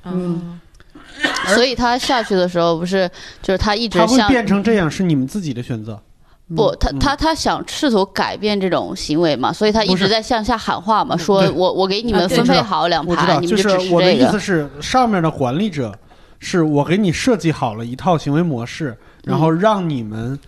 嗯，
所以他下去的时候不是，就是他一直
它会
像
变成这样是你们自己的选择。
不，他
嗯
他他想试图改变这种行为嘛，所以他一
不是嗯
直在向下喊话嘛，说
对
我我给你
啊
们
对
我
分
知
配
道
好两
我知
盘，
道，
嗯啊你
就
们
是
只吃
我的
这
意
个
思。是，上面的管理者是我给你设计好了一套行为模
嗯
式，然后让你们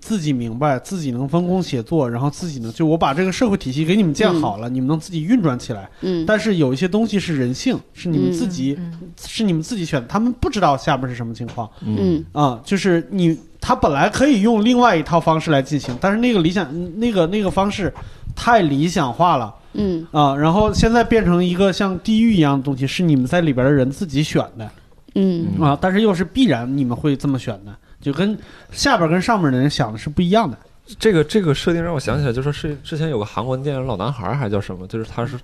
自己明白，自己能分工协作，然后自己能就我把这个社会体系给你们建好了，你们能自己运转起来。
嗯，
但是有一些东西是人性，是你们自己、
嗯
是你们自己选的，他们不知道下面是什么情况
嗯
啊、就是你他本来可以用另外一套方式来进行，但是那个理想那个那个方式太理想化了。
嗯，
啊，然后现在变成一个像地狱一样的东西，是你们在里边的人自己选的
嗯
嗯
啊，但是又是必然你们会这么选的，就跟下边跟上面的人想的是不一样的。
这个这个设定让我想起来，就是是之前有个韩国电影《老男孩》还叫什么，就是他是，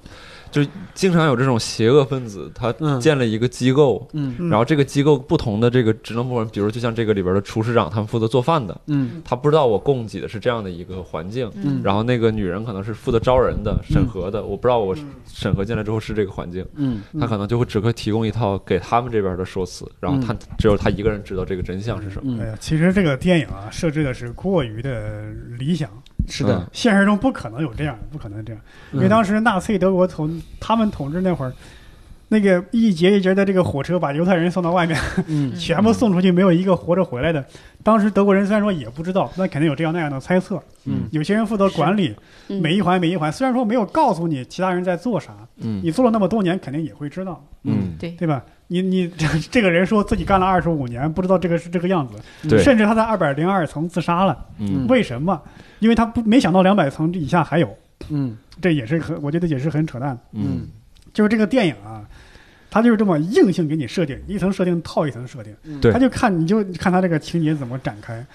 就是经常有这种邪恶分子，他
嗯
建了一个机构，
嗯
嗯
然后这个机构不同的这个职能部门，比如就像这个里边的厨师长，他们负责做饭的，
嗯
他不知道我供给的是这样的一个环境，
嗯
然后那个女人可能是负责招人的、审核的，我不知道我审核进来之后是这个环境，
嗯
他可能就会只会提供一套给他们这边的说辞，然后他只有他一个人知道这个真相是什么。
哎
嗯，
呀，其实这个电影啊，设置的是过于的理想，
是
嗯
的，
现实中不可能有这样，不可能这样，因
嗯
为当时纳粹德国统他们统治那会儿，那个一节一节的这个火车把犹太人送到外面，
嗯
全部送出去，没有一个活着回来的。当时德国人虽然说也不知道，那肯定有这样那样的猜测。
嗯
有些人负责管理
嗯，
每一环每一环，虽然说没有告诉你其他人在做啥，
嗯
你做了那么多年，肯定也会知道，
嗯，
对，
对吧？你你 这个人说自己干了二十五年，不知道这个是这个样子，
对
甚至他在二百零二层自杀了，
嗯
为什么？因为他不没想到两百层以下还有，
嗯
这也是很我觉得也是很扯淡。
嗯
就是这个电影啊，它就是这么硬性给你设定，一层设定套一层设定，
嗯
对
他就看你就看他这个情节怎么展开。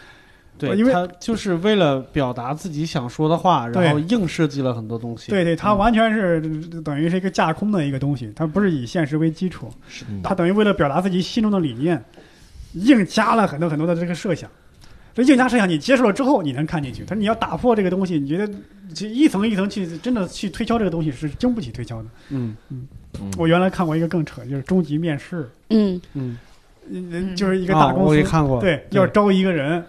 对，
呃因为
他就是为了表达自己想说的话，然后
对
硬设计了很多东西。
对对，它
嗯
完全是等于是一个架空的一个东西，它不是以现实为基础，
嗯
它等于为了表达自己心中的理念，硬加了很多很多的这个设想。这硬加设想你接受了之后，你能看进去。但是你要打破这个东西，你觉得其实一层一层去真的去推敲这个东西是经不起推敲的。
嗯
嗯
我原来看过一个更扯，就是终极面试，
嗯
嗯，
嗯就是一个
啊
大公
我
司
也，看过，
对，要招一个人，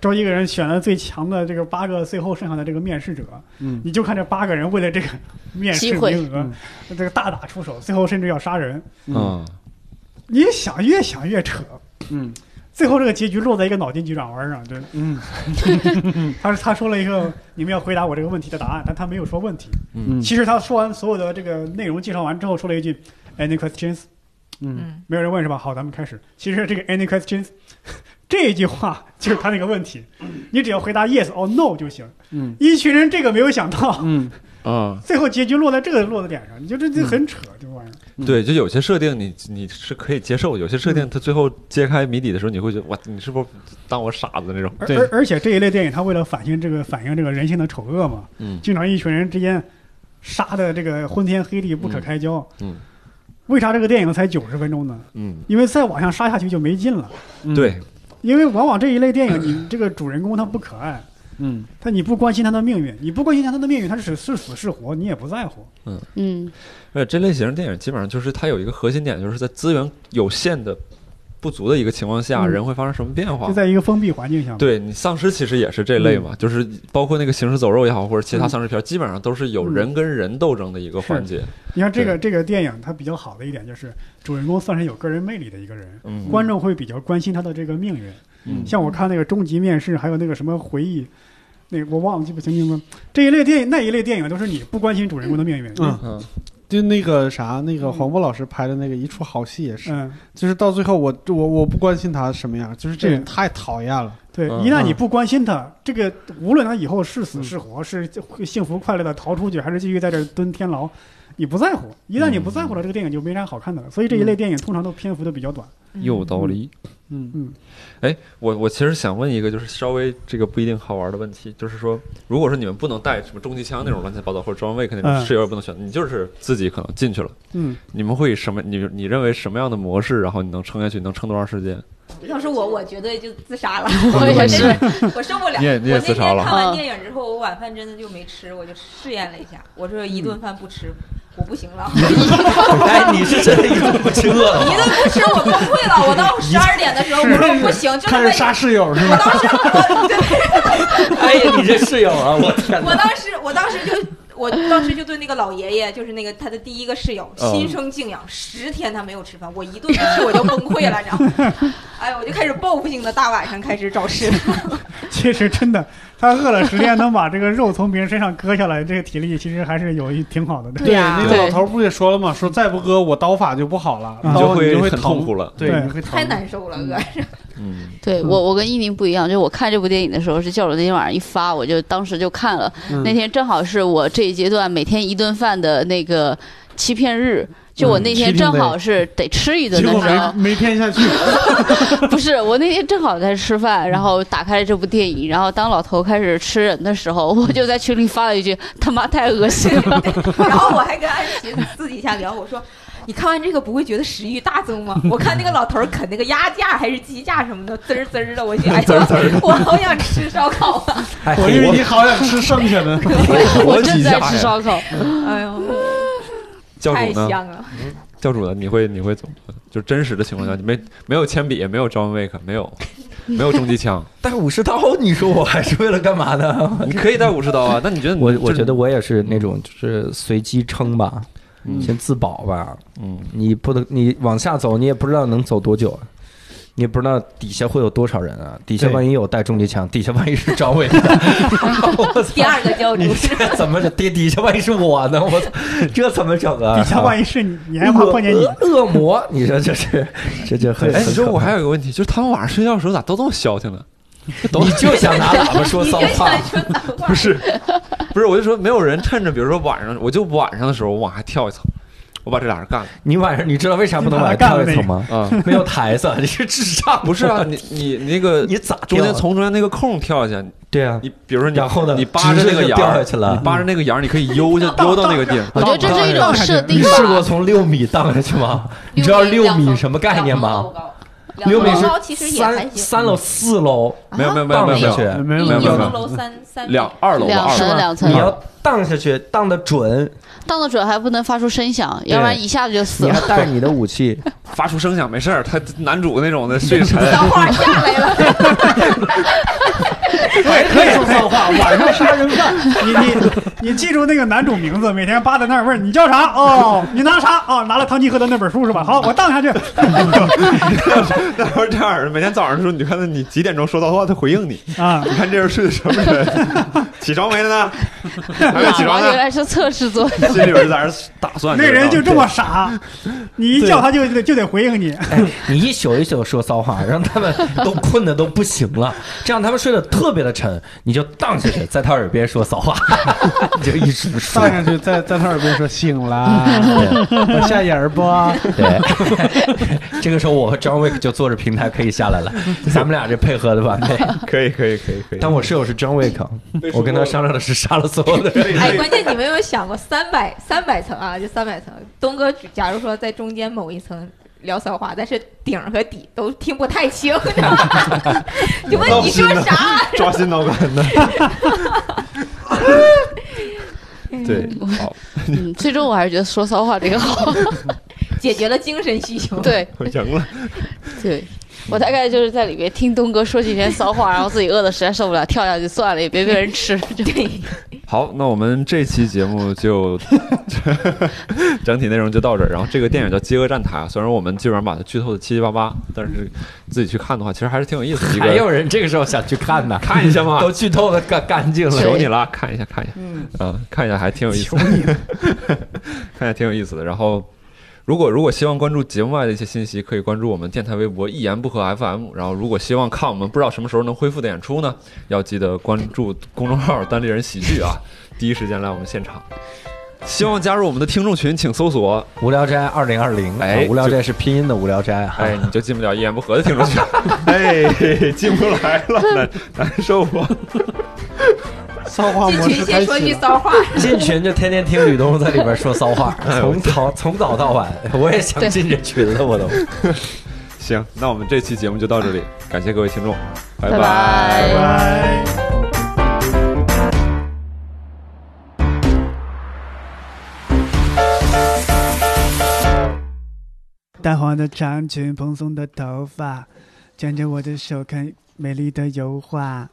招一个人选了最强的这个八个，最后剩下的这个面试者，
嗯
你就看这八个人为了这个面试
机会
名额，这个大打出手，最后甚至要杀人。
嗯
嗯
你想越想越扯，
嗯
最后这个结局落在一个脑筋急转弯上，真
嗯
他是他说了一个你们要回答我这个问题的答案，但他没有说问题。
嗯
其实他说完所有的这个内容介绍完之后，说了一句 “Any questions？”
嗯
嗯
没有人问是吧？好，咱们开始。其实这个 “Any questions” 这一句话就是他那个问题，你只要回答 “Yes” or “No” 就行。
嗯
一群人这个没有想到，
嗯，
啊，
最后结局落在这个落在点上，你就这这
嗯
很扯，这玩意儿。
对，就有些设定你你是可以接受，有些设
嗯
定它最后揭开谜底的时候，你会觉得哇，你是不是当我傻子那种？
而
对
而而且这一类电影，它为了反映这个反映这个人性的丑恶嘛，
嗯
经常一群人之间杀的这个昏天黑地不可开交。
嗯
为啥这个电影才九十分钟呢？
嗯，
因为再往上杀下去就没劲了。
嗯，
对，
因为往往这一类电影，你这个主人公他不可爱，
嗯
他你不关心他的命运，你不关心他的命运，他是是死是活，你也不在乎。
嗯，
而且这类型的电影基本上就是它有一个核心点，就是在资源有限的、不足的一个情况下，
嗯
人会发生什么变化
就？在一个封闭环境下，
啊对你丧尸其实也是这类嘛，就是包括那个行尸走肉也好，或者其他
嗯
丧尸片，基本上都是有人跟人斗争的一个环节。
你看这个这个电影，它比较好的一点就是主人公算是有个人魅力的一个人，
嗯，
观众会比较关心他的这个命运。
嗯
像我看那个《终极面试》，还有那个什么回忆，那个我忘了记不清名字。这一类电影，那一类电影都是你不关心主人公的命运。
嗯
嗯，
就那个啥，那个黄渤老师拍的那个一出好戏也是，
嗯，
就是到最后我我我不关心他什么样，就是这人
对
太讨厌了。
对，
嗯
一旦你不关心他，这个无论他以后是死是活，是幸福快乐的逃出去，还是继续在这儿蹲天牢，你不在乎。一旦你不在乎了，这个电影就没啥好看的了。所以这一类电影通常都篇幅都比较短。
有道理。
嗯
我我其实想问一个，就是稍微这个不一定好玩的问题，就是说，如果说你们不能带什么终极枪那种乱七八糟，或者 John Wick 那种
嗯
室友也不能选，你就是自己可能进去了，
嗯，
你们会什么？你你认为什么样的模式，然后你能撑下去，能撑多长时间？
要是我，我绝对就自杀了。
我也
真
是
的，我受不了。
你也你也
我
自
那
杀
天
了
看完电影之后，我晚饭真的就没吃，我就试验了一下，我说一顿饭不吃，我不行了，
哎，你是真的一顿不吃饿了
一
吗？
顿不吃我崩溃了。我到十二点的时候，我说不行，真
开始
的不行。
杀室友是
我
吧？
当时我对
哎呀，你这室友啊，我天
我
哪！
当时，我当时就，我当时就对那个老爷爷，就是那个他的第一个室友，
嗯
心生敬仰。十天他没有吃饭，我一顿不吃我就崩溃了，你知道吗？哎呀，我就开始报复性的大晚上开始找吃的。
其实真的，他饿了十天，能把这个肉从别人身上割下来，这个体力其实还是有一挺好的。
对，
呀
啊
那个老头不也说了吗？
嗯
说再不割我刀法就不好了，
嗯
你
刀
就
哦你会
很
疼
痛苦，了。
对，
对
你会疼
太。难受了，哥。
嗯，
对我我跟伊宁不一样，就是我看这部电影的时候是教主那天晚上一发，我就当时就看了。
嗯
那天正好是我这一阶段每天一顿饭的那个欺骗日，就
嗯
我那天正好是得吃一顿
结
的
果
时候
没，没骗下去，
不是我那天正好在吃饭，然后打开了这部电影，然后当老头开始吃人的时候，我就在群里发了一句：“ 他妈太恶心 了。
然后我还跟安琪私底下聊，我说。你看完这个不会觉得食欲大增吗？我看那个老头儿啃那个鸭架还是鸡架什么的，滋儿滋儿的，我就哎呀，我好想吃烧烤啊！
哎
我以为你好想吃剩下 的。
我”
我正在
几下
吃
呀
烧烤，
哎呦，
教
太
主呢？
香了！
教主呢？你会你会怎么？就真实的情况下，你没没有铅笔，没有 John Wick，没有没有终极枪，
带武士刀，你说我还是为了干嘛呢？
你可以带武士刀啊。那你觉得你？
我
就
我
是
觉得我也是那种，就是随机撑吧，
嗯
先自保吧。
嗯
你不能，你往下走，你也不知道能走多久，啊你也不知道底下会有多少人啊。底下
对
万一有带重机枪，底下万一是张伟，我
第
操！
二个教主
你 这怎么是啊底底下万一是我呢？我操，这怎么整啊？
底下万
一
一是你，你还怕碰见你？
恶魔，你说这是这就很
哎，你说我还
有
有一个问题，就是他们晚上睡觉的时候咋都这么消停呢？
你就想拿喇叭说
你
骚
真
话
想。说脏话？
不是，不是，我就说没有人趁着，比如说晚上，我就晚上的时候我往下跳一层，我把这俩人干了
你晚上你知道为啥不能晚上跳一层吗？
啊！
没有台子，你是智障。
不是啊，你你你那个
你咋
中
跳
间
啊
从中间那个空跳下去，
对啊，
你比如说你
然后呢
你扒着那个
直接
沿
就
儿
掉下去了
你扒着那个沿儿，你可以悠 就悠到那个地儿。
我觉得这是一
啊
种设定
你试过
吧。
从六米荡下去吗？你知道六米什么概念吗？六米
两层
是
楼其实也还
三
行，
三楼、四楼
没有没有没有
荡
啊
没有没
下
有，
去，
没有
没有
一
没有
层楼三三米
两二楼吧
两
二
层
楼。
两
你
层，
要荡下去，荡得准，
当得准还不能发出声响，要不然一下子就死
你
了
还。 带着你的武器，
发出声响没事儿，他男主那种的睡沉，
脏话下来了，
哎
还可以说脏话，晚上杀人犯。
你你你记住那个男主名字，每天扒在那儿问你叫啥哦，你拿啥哦，拿了唐吉诃德那本书是吧？好，我荡下去。
那时候这样，每天早上的时候，你看他你几点钟说到话，他回应你。
啊，
你看这人是什么人？ 起床没了呢？ 还没起
喇
床
叭啊原
呢？
来是测 试做的，
心里边在那儿打算。
那人就这么傻，你一叫他就得就得回应你。
哎， 你一宿一宿说骚话，让他 们都困得都不行了，这样他们睡得特别的沉，你就荡下去，在他耳边说骚话，你就一直说
上。上去在在他耳边说醒啦，往下眼儿不？
对，这个时候我和 John Wick 就坐着平台可以下来了，咱们俩这配合的完美。
可以可以可以可以。
但我室友是 John Wick，我 跟他商量的是杀了所有的人。
哎，关键你们有没有想过三百三百层啊？就三百层，东哥只假如说在中间某一层聊骚话，但是顶儿和底都听不太清，就问你说啥？
抓心挠肝 的。对，好，
嗯，最终我还是觉得说骚话这个 好。
解决了精神需求。，
对
我赢了。
对，我大概就是在里面听东哥说几天骚话，然后自己饿的实在受不了，跳下去算了，也别被人吃。 就
好，那我们这期节目就 整体内容就到这儿。然后这个电影叫《饥饿站台》，虽然我们基本上把它剧透的七七八八，但是自己去看的话，其实还是挺有意思的一
还有
个。
人这个时候想去看呢，
看一下嘛
都，剧透的干干净了
是。
求你了，看一下，看一下，嗯，看一下还挺有意思的， 看一下挺有意思的。然后，如果如果希望关注节目外的一些信息，可以关注我们电台微博“一言不合 FM”。然后，如果希望看我们不知道什么时候能恢复的演出呢，要记得关注公众号“单立人喜剧”啊， 第一时间来我们现场。希望加入我们的听众群，请搜 索
无聊斋二零二零，
哎
啊无聊斋是拼音的无聊斋
“
啊哈。
哎，你就进不了一言不合的听众 群”，哎，进不来了，难难受啊！
骚话
进
模
群
式
先
开
说
启
句
了。
骚话，
进群就天天听吕东在里边说骚话，从早从早到晚，哎我也想进这群了，我都。
行，那我们这期节目就到这里，感谢各位听众，
拜拜
拜。淡黄的长裙，蓬松的头发，牵着我的手看美丽的油画。